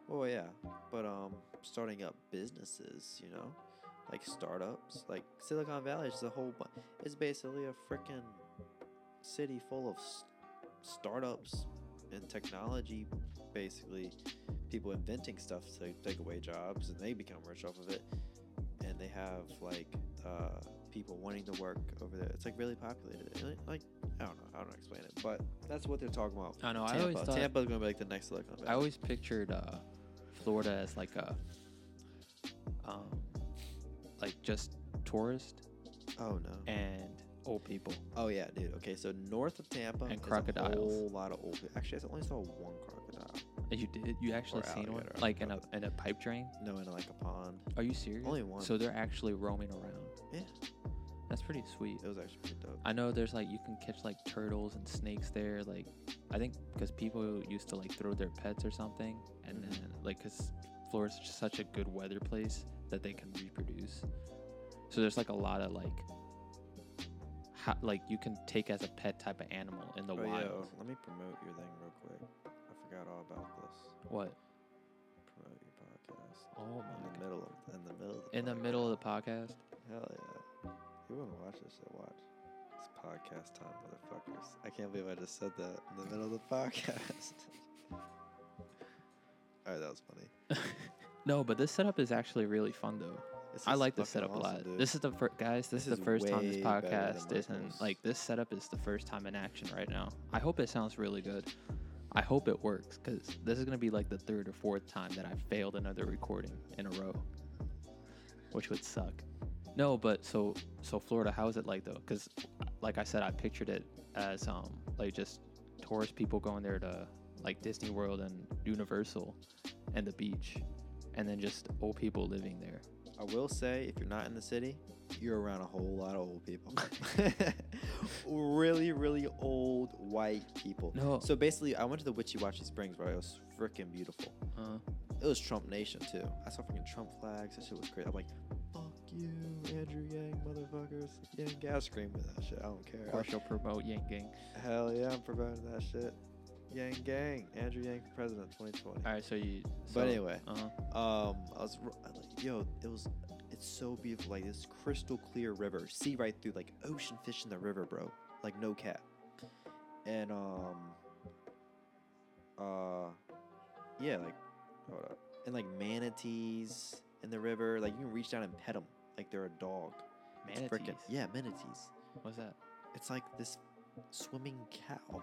well, yeah, but um, starting up businesses, you know, like startups, like Silicon Valley is a whole, bu- it's basically a freaking city full of s startups and technology, basically, people inventing stuff to take away jobs, and they become rich off of it, and they have like uh, people wanting to work over there. It's like really populated, And, like I don't know, I don't know how to explain it, but that's what they're talking about.
I know.
Tampa.
I always thought
Tampa's gonna be like the next Silicon Valley.
I always pictured uh, Florida as like a um like just tourist
oh no.
and old people.
oh yeah, dude. Okay, so north of Tampa
And
is
crocodiles.
A whole lot of old. Actually, I only saw one crocodile.
You did? You actually
Or
seen one?
alligator, I
Like in
don't
a in a pipe drain?
No, in like a pond.
Are you serious?
Only one.
So they're actually roaming around.
Yeah.
That's pretty sweet.
It was actually pretty dope.
I know there's like you can catch like turtles and snakes there. Like, I think because people used to like throw their pets or something, and
Mhm.
then like because Florida's just such a good weather place that they can reproduce. So there's like a lot of like, ho- like you can take as a pet type of animal in the
Oh,
wild.
yo, let me promote your thing real quick. I forgot all about this.
What?
Promote your podcast.
Oh
In the
my! God.
middle of in the middle of the
In the
podcast.
middle of the podcast.
Hell yeah. You wanna watch this shit, watch. It's podcast time, motherfuckers. I can't believe I just said that in the [LAUGHS] middle of the podcast. Alright, that was funny.
No, but this setup is actually really fun though.
This
I
is
like this
fucking
setup a
awesome,
lot.
dude.
This is the first, guys. This,
This
is the
is
first time this
way better than
podcast isn't
Marco's.
like this setup is the first time in action right now. I hope it sounds really good. I hope it works because this is gonna be like the third or fourth time that I failed another recording in a row, which would suck. No, but so so Florida, how is it like though? Because like I said, I pictured it as um like just tourist people going there to like Disney World and Universal and the beach, and then just old people living there.
I will say, if you're not in the city, you're around a whole lot of old people. [LAUGHS] really, really old white people.
No.
So basically, I went to the Witchy Watchy Springs, bro. It was freaking beautiful.
Uh,
It was Trump Nation too. I saw freaking Trump flags. That shit was crazy. I'm like, fuck you, Andrew Yang, motherfuckers. Yang gas screaming that shit. I don't care.
Of course, you'll promote Yang Gang.
Hell yeah, I'm promoting that shit. Yang Gang, Andrew Yang for president, 2020.
All right, so you. So,
But anyway,
uh-huh.
um, I was r- I like, yo, it was, it's so beautiful, like this crystal clear river, see right through, like ocean fish in the river, bro, like no cap. And um, uh, yeah, like, hold up, and like manatees in the river, like you can reach down and pet them, like they're a dog. It's frickin-
manatees.
yeah, manatees.
What's that?
It's like this swimming cow.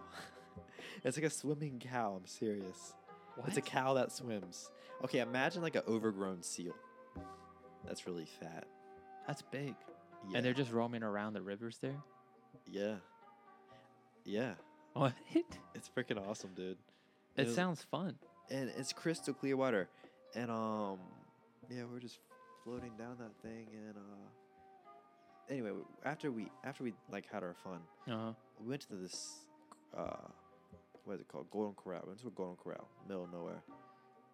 [LAUGHS] it's like a swimming cow. I'm serious.
What?
It's a cow that swims. Okay, imagine like an overgrown seal. That's really fat.
That's big.
Yeah.
And they're just roaming around the rivers there.
yeah. Yeah.
[LAUGHS] What?
It's freaking awesome, dude.
It
was-
sounds fun.
and it's crystal clear water. And um yeah, we're just floating down that thing and uh anyway, w- after we after we like had our fun,
Uh-huh.
we went to this uh what is it called? Golden Corral. We went to a Golden Corral, middle of nowhere.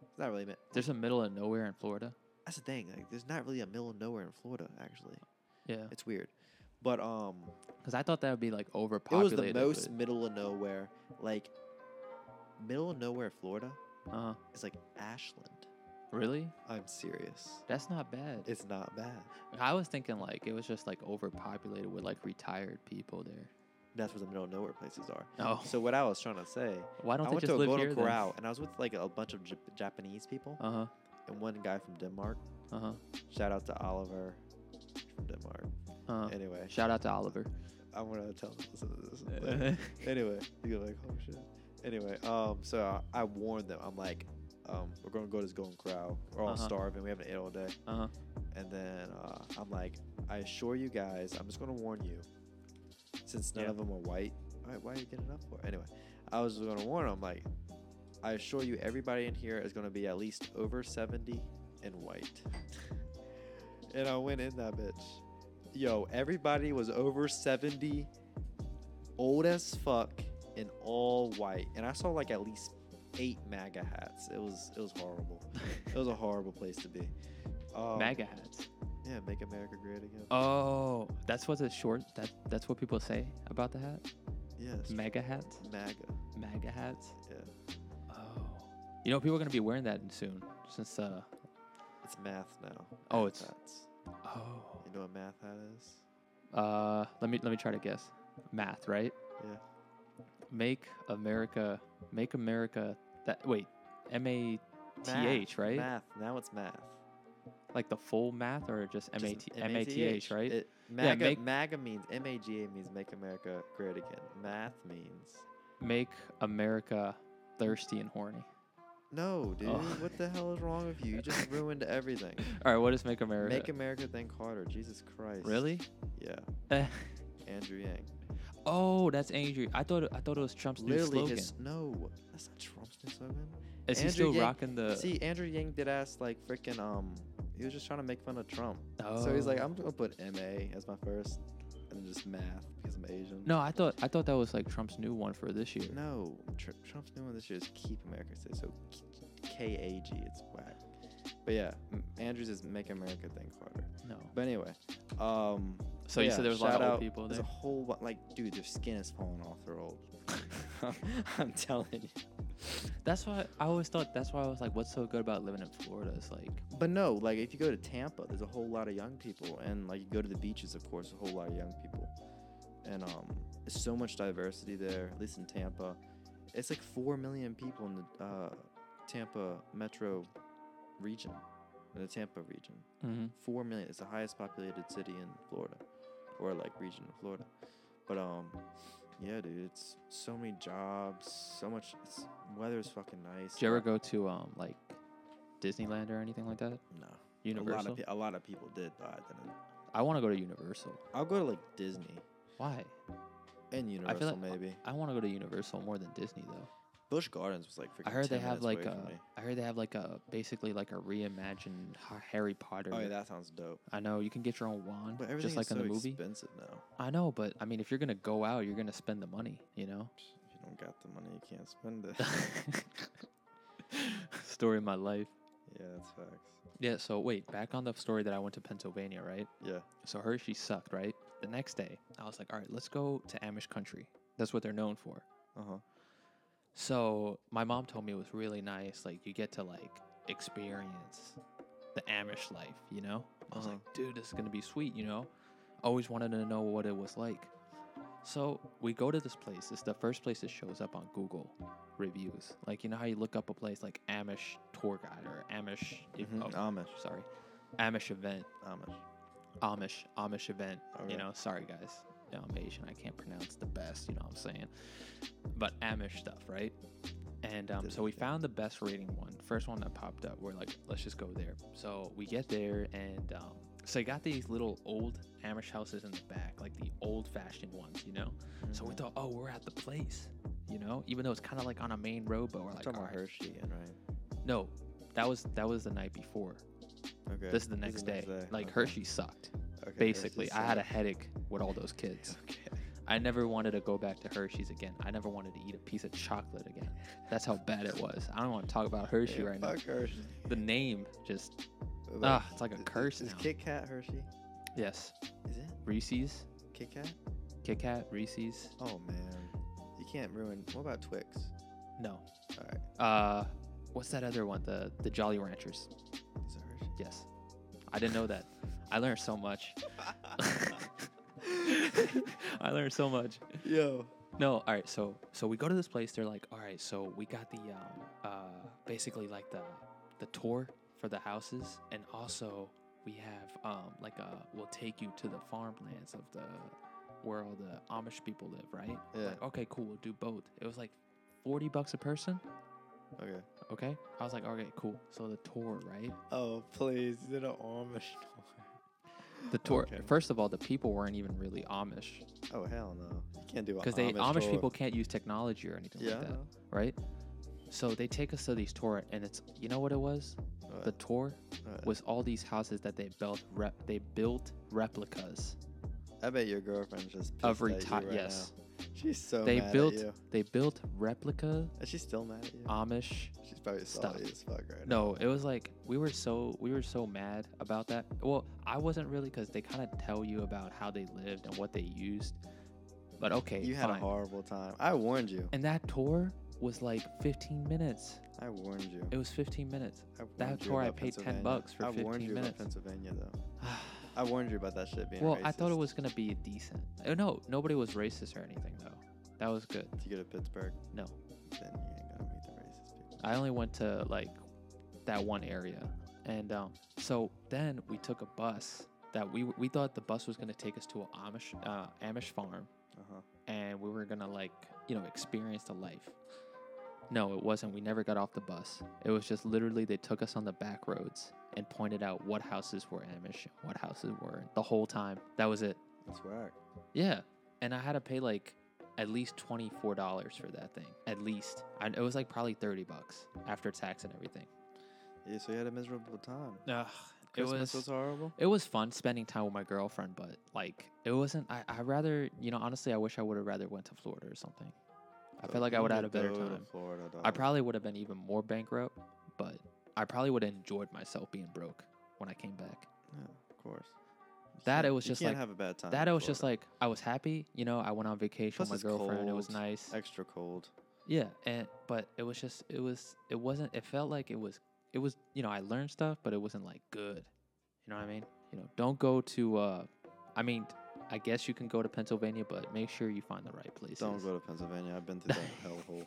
It's not really mi-
There's a middle of nowhere in Florida.
that's the thing, like there's not really a middle of nowhere in Florida actually.
Yeah.
It's weird. But um
Because I thought that would be like
it was
overpopulated.
the most
but-
middle of nowhere. Like middle of nowhere Florida
Uh-huh.
is like Ashland.
Really?
I'm serious.
That's not bad.
It's not bad.
I was thinking like it was just like overpopulated with like retired people there.
That's where the middle of nowhere places are.
Oh.
So what I was trying to say,
Why [SIGHS]
I
don't they
went
just
to a
live
Golden
here?
Corral and I was with like a bunch of Jap- Japanese people
Uh huh.
and one guy from Denmark.
Uh huh.
Shout out to Oliver from Denmark.
Uh-huh.
Anyway,
Shout out to
[LAUGHS]
Oliver.
I'm gonna tell him to listen to this.
[LAUGHS]
later. anyway, you're like, oh shit. Anyway, um, so I, I warned them. I'm like, um, we're gonna go to this Golden Corral. We're all
Uh-huh.
starving. We haven't ate all day.
uh huh.
And then uh, I'm like, I assure you guys, I'm just gonna warn you, since none
Yeah.
of them are white. All right, why are you getting up for? Anyway, I was gonna warn them. Like, I assure you, everybody in here is gonna be at least over 70 and white. and I went in that bitch. Yo, everybody was over 70, old as fuck, and all white. And I saw like at least eight MAGA hats. It was it was horrible.
[LAUGHS]
it was a horrible place to be. Um,
MAGA hats.
Yeah, make America great again.
Oh, that's what's a short. That that's what people say about the hat.
yes.
Mega hats.
MAGA.
MAGA hats.
Yeah,
Oh. You know, people are gonna be wearing that soon. Since uh.
it's math now.
Oh,
Math
it's-
hats.
Oh.
You know what math hat is?
Uh. Let me let me try to guess. Math, right?
Yeah.
Make America. Make America. That wait. M A T H,
Math,
right?
Math. Now it's math.
Like the full math or just M A
Just
T M A T H, right?
It, MAGA,
make-
MAGA means M A G A means make America great again. Math means
Make America thirsty and horny.
no, dude.
Oh.
What the hell is wrong with you? You
[LAUGHS]
just ruined everything.
All right. What is Make America?
Make America think harder. Jesus
[LAUGHS]
Christ.
Really?
Yeah.
Eh.
Andrew Yang.
Oh, that's Andrew. I thought I thought it was Trump's new
Literally
slogan.
his no. That's not Trump's new slogan.
Is he
Andrew
still
Yang-
rocking the?
See, Andrew Yang did ask like freaking um, he was just trying to make fun of Trump. So he's like,
Oh.
I'm gonna put MA as my first, and then just math because I'm Asian.
No, I thought I thought that was like Trump's new one for this year.
no. Tr- Trump's new one this year is Keep America Safe. So K A G, it's whack. But yeah, M- Andrews is Make America Think Harder.
No.
But anyway, um.
So
but
you
yeah,
said there was a lot
shout
of old
out-
people
There's
there.
a whole lot, like, dude, their skin is falling off. They're old. [LAUGHS] I'm telling you.
That's why I always thought. That's why I was like, what's so good about living in Florida? It's like,
But no, like if you go to Tampa, there's a whole lot of young people, and like you go to the beaches, of course, a whole lot of young people, and um, there's so much diversity there. At least in Tampa, it's like four million people in the uh, Tampa metro region, in the Tampa region. Four million. It's the highest populated city in Florida, or like region of Florida. But um, yeah, dude, it's so many jobs, so much. It's, weather's fucking nice.
did you ever go to um like Disneyland or anything like that?
No. A lot
Universal.
of, pe- a lot of people did, but I didn't.
I want to go to Universal.
I'll go to like Disney
Why?
and Universal
like-
maybe.
I want to go to Universal more than Disney though.
Bush Gardens was like freaking.
I heard they
10
have
minutes
like
away
a.
from me.
I heard they have like a basically like a reimagined Ha- Harry Potter.
Oh yeah, that sounds dope.
I know you can get your own wand,
But
just
everything is
like
so
in the movie.
expensive now.
I know, but I mean, if you're gonna go out, you're gonna spend the money, you
[LAUGHS]
know.
If you don't got the money, you can't
[LAUGHS]
spend it.
story of my life.
yeah, that's facts.
Yeah. So wait, back on the story that I went to Pennsylvania, right?
Yeah,
So Hershey sucked, right? The next day, I was like, all right, let's go to Amish country. That's what they're known for.
uh huh.
So my mom told me it was really nice. Like you get to like experience the Amish life, you know? I was
Uh-huh.
like, dude, this is gonna be sweet, you know? Always wanted to know what it was like. So we go to this place. It's the first place that shows up on Google reviews. Like you know how you look up a place like Amish tour guide or Amish if-
Mhm,
oh,
Amish,
sorry. Amish event.
Amish.
Amish Amish event.
Okay.
You know, sorry guys. You know, I'm Asian. I can't pronounce the best. You know what I'm saying? But Amish stuff, right? And um, so we
Definitely.
found the best rating one, first one that popped up. We're like, let's just go there. So we get there, and um, so they got these little old Amish houses in the back, like the old-fashioned ones, you know. So we
Mhm.
thought, oh, we're at the place, you know, even though it's kind of like on a main road, but we're
We're
like,
talking
all
about
right.
Hershey again, right?
no, that was that was the night before.
Okay.
This is the next day. Like
okay.
Hershey sucked.
Okay,
Basically,
Hershey
I had a
sucked.
headache with all those kids.
[LAUGHS] Okay.
I never wanted to go back to Hershey's again. I never wanted to eat a piece of chocolate again. That's how bad it was. I don't want to talk about [LAUGHS] Hershey
Yeah,
right now.
fuck Hershey.
The name just
Like,
ah, it's like a
i- i-
curse
Is
now.
Kit Kat Hershey?
yes,
Is it
Reese's,
Kit Kat?
Kit Kat, Reese's.
Oh man, you can't ruin. What about Twix?
No,
All right,
uh, what's that other one? The the Jolly Ranchers.
is it Hershey?
Yes, I didn't know that. I learned so much. [LAUGHS]
[LAUGHS]
I learned so much.
Yo.
No, all right. So so we go to this place. They're like, all right. So we got the um, uh, basically like the the tour for the houses, and also we have um, like a we'll take you to the farmlands of the where all the Amish people live, right?
Yeah.
Like, okay, cool. We'll do both. It was like forty bucks a person.
Okay.
Okay, I was like, okay, cool. So the tour, right?
Oh please, is it an Amish
The tour.
Okay.
First of all, the people weren't even really Amish
Oh hell no, you can't do
because they Amish people can't use technology or anything
Yeah.
like that. right? So they take us to these tour, and it's you know what it was? The tour was all these houses that they built. Rep, they built replicas
I bet your girlfriend's just
of
pissed at
retired.
you right
yes,
now. She's so
they
mad
built
At you.
they built replica
Is she still mad at you?
Amish.
She's probably
stop.
salty as fuck right
No, it was like we were so we were so mad about that. Well, I wasn't really because they kind of tell you about how they lived and what they used. But okay,
now. You had
fine.
a horrible time. I warned you.
and that tour was like 15 minutes.
I warned you.
It was 15
[SIGHS]
minutes. [SIGHS]
I warned
that
you
tour I
about
paid 10
Pennsylvania.
bucks for
I warned
15
you
minutes.
about Pennsylvania though. I warned you about that shit being
Well,
racist.
I thought it was gonna be decent. Oh, no, nobody was racist or anything though. That was good.
If you go to Pittsburgh,
No,
then you ain't gonna meet the racist people.
I only went to like that one area, and um, so then we took a bus that we we thought the bus was gonna take us to a Amish uh, Amish farm,
Uh huh.
and we were gonna like you know experience the life. No, it wasn't. We never got off the bus. It was just literally they took us on the back roads and pointed out what houses were Amish, and what houses weren't. The whole time, that was it.
That's whack.
Yeah. And I had to pay like at least twenty four dollars for that thing. At least, and it was like probably thirty bucks after tax and everything.
Yeah, so you had a miserable time.
Ugh, it was.
Christmas was horrible.
It was fun spending time with my girlfriend, but like it wasn't. I I rather you know honestly, I wish I would have rather went to Florida or something. I feel like I would have had a better time. I probably would have been even more bankrupt, but I probably would have enjoyed myself being broke when I came back.
Yeah, of course. You
That it
can't-
was
you
just
can't
like-
have a bad time.
That
in
I was just
Florida.
like I was happy, you know. I went on vacation
Plus
with
it's
my girlfriend. It was
cold.
nice.
extra
[LAUGHS]
cold.
Yeah, and but it was just it was it wasn't it felt like it was it was you know I learned stuff, but it wasn't like good. You know what I mean? You know, don't go to. uh I mean, I guess you can go to Pennsylvania, but make sure you find the right places.
Don't go to Pennsylvania. I've been through that
[LAUGHS]
hellhole.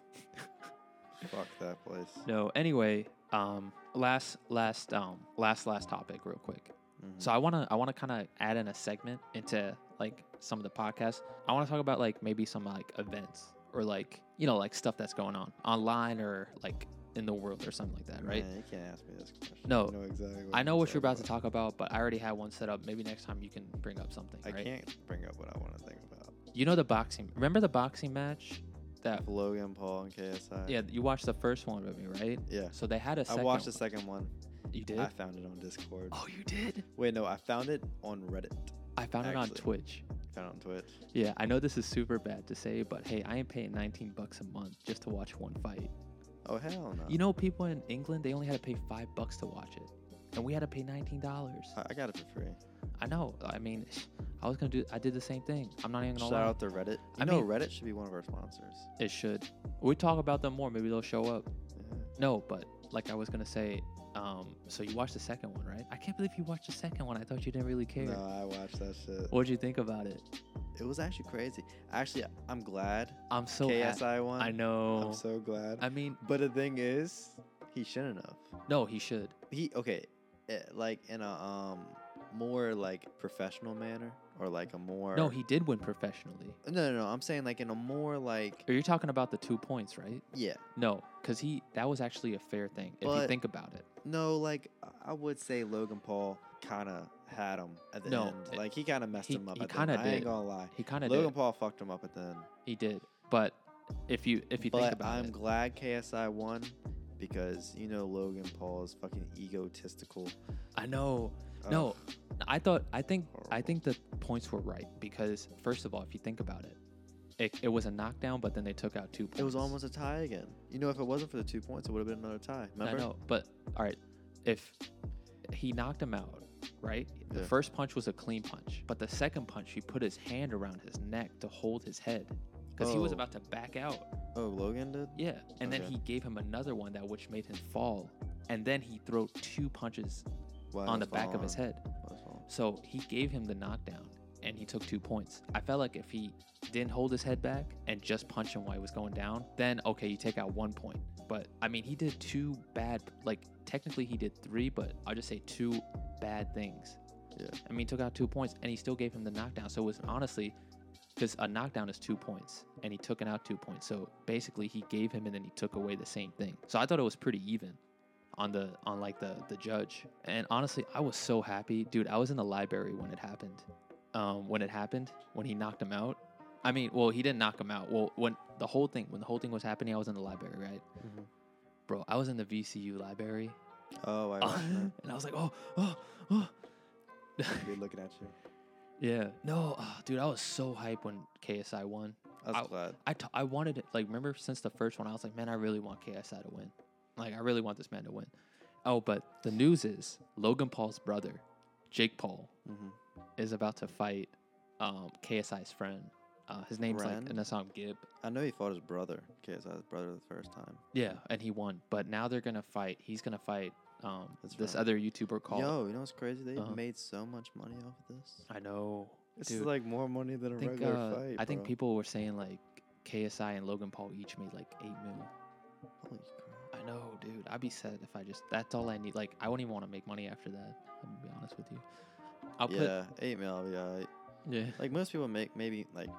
Fuck that place.
No. Anyway, um, last last um last last topic, real quick.
Mhm.
So I want to I want to kind of add in a segment into like some of the podcasts. I want to talk about like maybe some like events or like you know like stuff that's going on online or like in the world or something like that, right?
Man, you can't ask me this question.
No.
I know exactly.
I
I'm
know what you're about to
talking
talk about, but I already had one set up. Maybe next time you can bring up something,
I
right?
can't bring up what I want to think about.
You know the boxing. Remember the boxing match that
Logan Paul and KSI.
yeah, you watched the first one with me, right?
Yeah.
So they had a
I
second
watched the second one.
one. You did?
I found it on Discord.
oh, you did?
Wait, no, I found it on Reddit.
I found it on
Actually.
Twitch.
Found it on Twitch.
Yeah, I know this is super bad to say, but hey, I ain't paying 19 bucks a month just to watch one fight.
Oh hell no.
You know, people in England they only had to pay five bucks to watch it, and we had to pay nineteen dollars.
I, I got it for free.
I know. I mean, I was gonna do. I did the same thing. I'm not even gonna
Shout
lie.
out to Reddit. You
I
know
mean-
Reddit should be one of our sponsors.
It should. We talk about them more. Maybe they'll show up.
Yeah.
No, but like I was gonna say. Um, so you watched the second one, right? I can't believe you watched the second one. I thought you didn't really care.
No, I watched that shit.
What'd you think about it?
It was actually crazy. Actually, I'm glad
I'm so.
KSI
happy.
won.
I know.
I'm so glad.
I mean,
but the thing is, he shouldn't have.
no, he should.
He okay, eh, like in a um more like professional manner or like a more
No, he did win professionally.
no no no. I'm saying like in a more like
Or you're talking about the two points, right?
yeah
No, because he that was actually a fair thing if you
But-
think about it.
no like I- I would say Logan Paul kind of had him at the
No,
end.
it-
Like he kind of messed
he-
him up.
he
at the
kinda
end. I
did.
ain't gonna lie.
He kind of
Logan
did.
Paul fucked him up at the end.
He did. But if you if you think
But
about
I'm
it,
glad KSI won because you know Logan Paul is fucking egotistical. Oh,
I know.
Ugh.
No, I thought I think I
Horrible.
think the points were right because first of all, if you think about it, it, it was a knockdown, but then they took out two points.
It was almost a tie again. You know, if it wasn't for the two points, it would have been another tie. Remember?
I know, but all right, if he knocked him out, right? The
Yeah.
first punch was a clean punch, but the second punch, he put his hand around his neck to hold his head because he was
Oh.
about to back out.
Oh, Logan did?
Yeah, and then
Okay.
he gave him another one that which made him fall, and then he threw two punches
Why
on the
was
back of
Vaughn-
his head.
why was Vaughn-
So he gave him the knockdown and he took two points. I felt like if he didn't hold his head back and just punch him while he was going down, then okay, you take out one point. But I mean, he did two bad, like technically he did three, but I'll just say two bad things.
Yeah.
I mean, he took out two points and he still gave him the knockdown. So it was honestly, because a knockdown is two points and he took it out two points. So basically, he gave him and then he took away the same thing. So I thought it was pretty even on the on like the the judge and honestly i was so happy dude i was in the library when it happened um when it happened when he knocked him out i mean well he didn't knock him out well when the whole thing when the whole thing was happening i was in the library right
Mhm.
bro i was in the vcu library
Oh, I watched
[LAUGHS] and i was like oh oh oh [LAUGHS]
that. Be looking at you.
yeah no ah, dude i was so hyped when ksi won
I was
I'll-
glad.
I, t- I wanted it. Like, remember since the first one, I was like, man, I really want KSI to win. Like, I really want this man to win. Oh, but the news is Logan Paul's brother, Jake Paul,
Mm-hmm.
is about to fight um, KSI's friend. Uh, his name's like
Ren?
Inassam Gibb.
I know he fought his brother. KSI's brother the first time.
Yeah, and he won. But now they're gonna fight. He's gonna fight um,
That's
this
right.
other YouTuber called.
Yo, you know what's crazy? They
Uh-huh.
made so much money off of this.
I know.
This
dude.
is like more money than a
I think,
regular
uh,
fight.
I think
bro.
people were saying like KSI and Logan Paul each made like eight mil.
Holy crap.
I know, dude. I'd be sad if I just. That's all I need. Like, I wouldn't even want to make money after that. I'm gonna be honest with you. I'll
yeah, eight mil. Yeah,
put. Yeah.
like most people make maybe like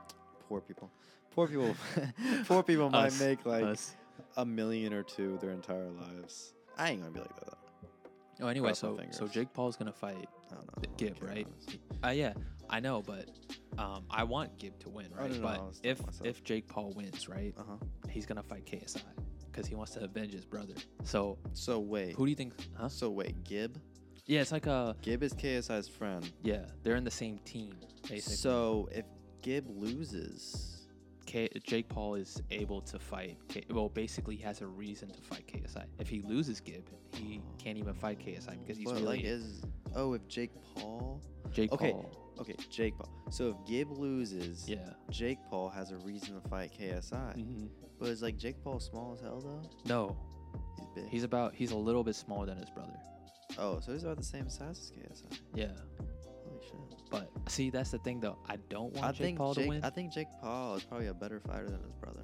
poor people. Poor people. [LAUGHS] poor people might
Us,
make
[LAUGHS]
like
us.
a million or two their entire lives. I ain't gonna be like that. Though.
Oh, anyway,
cross my
so so
fingers.
Jake Paul's gonna fight.
I don't know. I don't
Gib,
care,
right?
honestly.
Uh, yeah, I know, but Um, I want Gibb to win,
Oh,
right?
no, no,
but
I was talking
if
to myself.
if Jake Paul wins, right,
Uh huh.
he's gonna fight KSI because he wants to avenge his brother. So
So wait.
who do you think? Huh?
So wait, Gib.
Yeah, it's like a
Gib is KSI's friend.
yeah. They're in the same team basically.
So if Gib loses,
K- Jake Paul is able to fight. K- well, basically, he has a reason to fight KSI. If he loses Gibb, he can't even fight KSI because he's
but
really
Oh. like is oh if Jake Paul.
Jake
okay.
Paul.
Okay, Jake Paul. So if Gib loses,
Yeah.
Jake Paul has a reason to fight KSI.
hmm
But is like Jake Paul small as hell though?
No,
He's big.
he's about he's a little bit smaller than his brother.
oh, so he's about the same size as KSI.
Yeah,
Holy shit.
but see, that's the thing though. I don't want
I
Jake
think
Paul to
Jake,
win.
I think Jake Paul is probably a better fighter than his brother.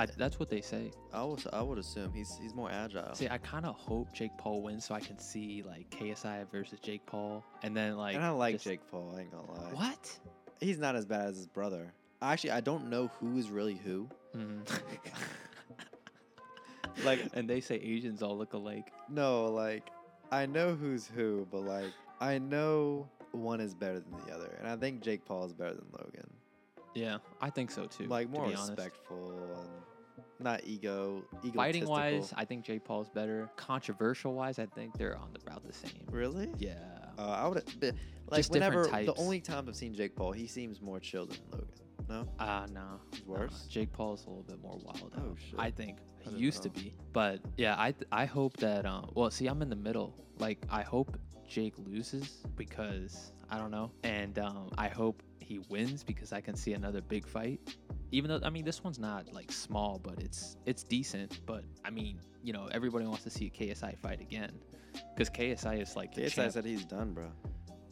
I, that's what they say.
I would I would assume he's he's more agile.
See, I kind of hope Jake Paul wins so I can see like KSI versus Jake Paul, and then like.
and I like
just-
Jake Paul. I ain't gonna lie.
What?
He's not as bad as his brother. Actually, I don't know who is really
[LAUGHS]
who.
Mhm.
Mm-hmm. Like,
and they say Asians all look alike.
no, like I know who's who, but like I know one is better than the other, and I think Jake Paul is better than Logan.
Yeah, I think so too.
like
to
more
be honest.
respectful and not ego.
Fighting wise,
egotistical.
I think Jake Paul's better. Controversial wise, I think they're on the about the same.
really?
Yeah.
Uh, I would but, like
Just different
whenever the
types.
only times I've seen Jake Paul, he seems more chill than Logan. No,
Ah, no.
he's
no,
worse.
Jake Paul's a little bit more wild.
Oh,
out,
shit.
I think he
didn't
used
know.
to be, but yeah, I th- I hope that um. Well, see, I'm in the middle. Like, I hope Jake loses because I don't know, and um, I hope he wins because I can see another big fight. Even though I mean, this one's not like small, but it's it's decent. But I mean, you know, everybody wants to see a KSI fight again because KSI is like the
KSI
champ.
said he's done, bro.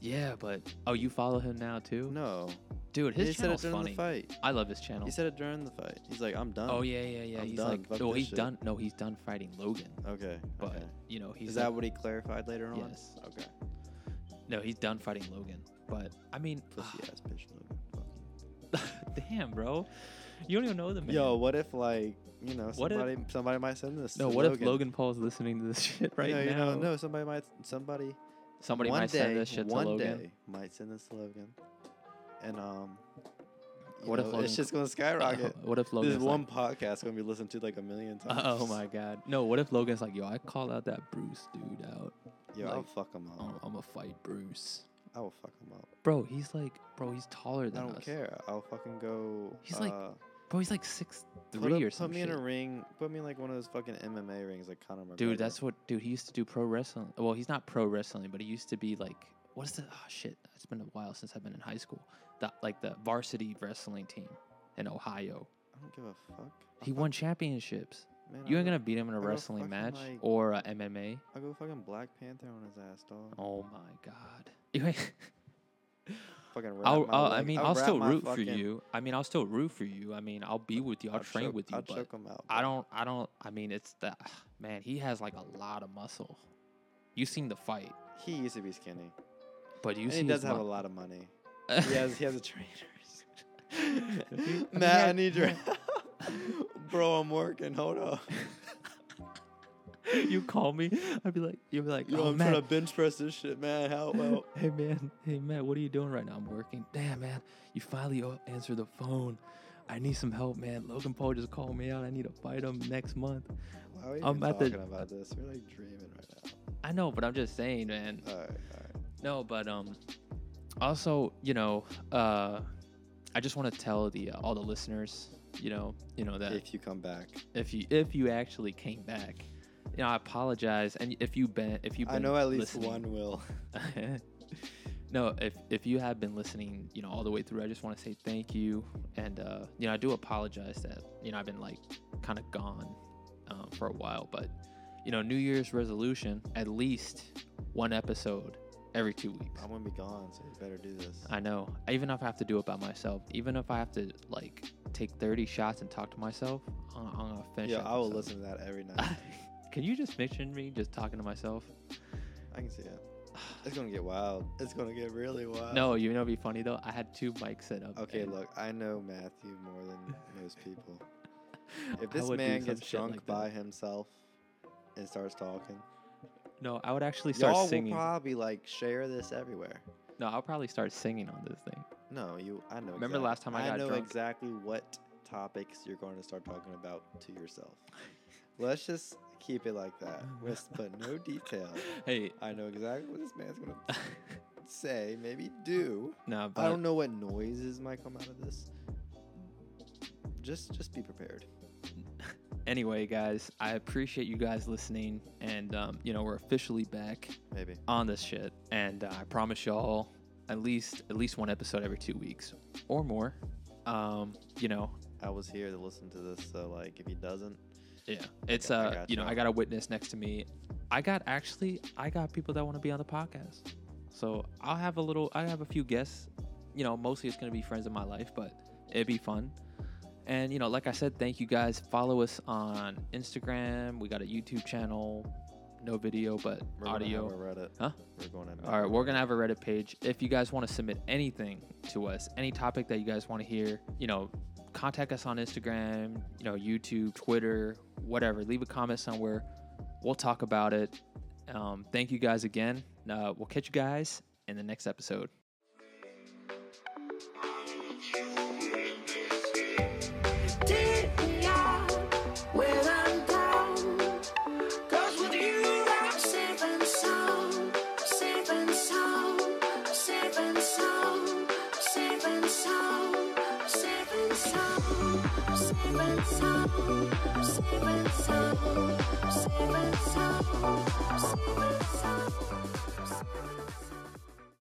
Yeah, but oh, you follow him now too,
No,
dude.
he
His
said it
channel's
during
funny.
the fight.
I love his channel.
He said it during the fight. He's like, I'm done.
Oh yeah, yeah, yeah.
I'm
he's
done.
like,
Fuck
well,
this
he's
shit."
done. No, he's done fighting Logan.
Okay.
But
okay.
you know, he's
is that
like-
what he clarified later on?
Yes.
Okay.
no, he's done fighting Logan. But I mean,
Pussy ass bitch. Logan. Fuck
[LAUGHS] damn, bro, you don't even know the
you.
man.
Yo, what if like you know
What if-
somebody somebody might send this?
no,
to
what
Logan.
if Logan Paul's listening to this [LAUGHS] shit right
no,
now?
You know, no, somebody might somebody
Somebody
one
might
day,
send this shit to
one
Logan.
day might send this to Logan, and um, you
What if
know,
Logan
it's just
[LAUGHS]
gonna skyrocket.
what if
this
Logan's
is one podcast gonna be listened to like a million
like,
[LAUGHS] times.
oh my god, no, what if Logan's like, yo, I call out that Bruce dude out.
Yo, I'll
like, oh.
fuck him up.
I'm gonna fight Bruce,
I will fuck him up.
bro. He's like, bro, he's taller
I
than
don't
us.
care. I'll fucking go.
He's
uh,
like Bro, he's like six
put,
three
a-
or
put me
something.
in a ring. Put me in like one of those fucking MMA rings, like Conor McGregor.
Dude, that's what dude he used to do pro wrestling. Well, he's not pro wrestling, but he used to be like what is the oh shit, it's been a while since I've been in high school. The like the varsity wrestling team in Ohio.
I don't give a fuck. I'll
He
fuck-
won championships.
Man,
You
I'll
ain't
go-
gonna beat him in a
I go
wrestling
fucking,
match
like-
or a MMA.
I'll go fucking Black Panther on his ass, dog.
Oh my god. [LAUGHS] You ain't-
Fucking. wrap
I'll,
my
I'll, I
leg-
mean,
I'll
I'll
wrap
still
my
root for
fucking-
you. I mean, I'll still root for you. I mean, I'll be with you. I'll, train
choke-
with you.
I'll
but
choke him out.
I
bro.
don't, I don't. I mean, it's the [SIGHS] man. He has like a lot of muscle. You seen the fight,
He used to be skinny.
but [LAUGHS] you
And
see
he
his
does have
mu-
a lot of
[LAUGHS]
money. He has he has a trainers.
mean, he
Matt, I
had-
need
[LAUGHS]
your [LAUGHS]
he
help. Bro, I'm working. Hold up.
you call me, I'd be like, you'd be like,
Yo,
oh
I'm
man,
trying to bench press this shit, man. [LAUGHS] Help,
[LAUGHS]
help.
hey man, hey man, what are you doing right now? I'm working. Damn man, you finally o- answer the phone. I need some help, man. Logan Paul just called me out. I need to fight him next month.
Why are we
I'm
even
at the-
talking about this? We're like dreaming right
I know, but I'm just saying, man.
now. All right, all right.
No, but um, also, you know, uh, I just want to tell the uh, all the listeners, you know, you know that
If you come back,
if you if you actually came back, you know, I apologize, and if you been if you
I know at least
listening, [LAUGHS]
one will.
no, if if you have been listening, you know, all the way through, I just want to say thank you, and uh, you know, I do apologize that you know I've been like kind of gone um, for a while, but you know, New Year's resolution, at least one episode every two weeks.
I'm gonna be gone, so you better do this.
I know. Even if I have to do it by myself, even if I have to like take 30 shots and talk to myself, I'm, I'm gonna finish.
Yeah,
that
I will
episode.
listen to that every night.
Can you just picture me just talking to myself?
[LAUGHS]
[SIGHS]
I can see it. It's gonna get wild. It's gonna get really wild.
No, you know, what'd be funny though. I had two mics set up. [LAUGHS]
Okay,
and
look, I know Matthew more than most
[LAUGHS]
people.
I
If this
would do
man
some
gets
shit like
drunk
that.
by himself and starts talking,
no, I would actually start
y'all
singing.
will probably like share this everywhere.
No, I'll probably start singing on this thing.
[SIGHS] No, you. I know.
Remember last time I got
know
drunk?
exactly what topics you're going to start talking about to
[LAUGHS]
yourself. Let's just keep it like that. Let's put no detail.
Hey,
I know exactly what this man's gonna
[LAUGHS]
say. Maybe do.
nah,
I
but
don't know what noises might come out of this. Just, just be prepared.
anyway, guys, I appreciate you guys listening, and um, you know we're officially back
Maybe.
on this shit, and uh, I promise y'all at least at least one episode every two weeks or more. Um, you know,
I was here to listen to this, so like, if he doesn't,
yeah, it's
I
uh,
got
you know,
you.
I got a witness next to me. I got actually, I got people that want to be on the podcast, so I'll have a little, I have a few guests. You know, mostly it's gonna be friends in my life, but it'd be fun. And you know, like I said, thank you guys. Follow us on Instagram. We got a YouTube channel, no video but
we're
audio.
Gonna have a Reddit.
Huh?
We're going to.
All right, we're gonna have a Reddit page. If you guys want to submit anything to us, any topic that you guys want to hear, you know, contact us on Instagram, you know, YouTube, Twitter, whatever. Leave a comment somewhere. We'll talk about it. Um, thank you guys again. Uh, we'll catch you guys in the next episode.
Saving some, saving some, saving some.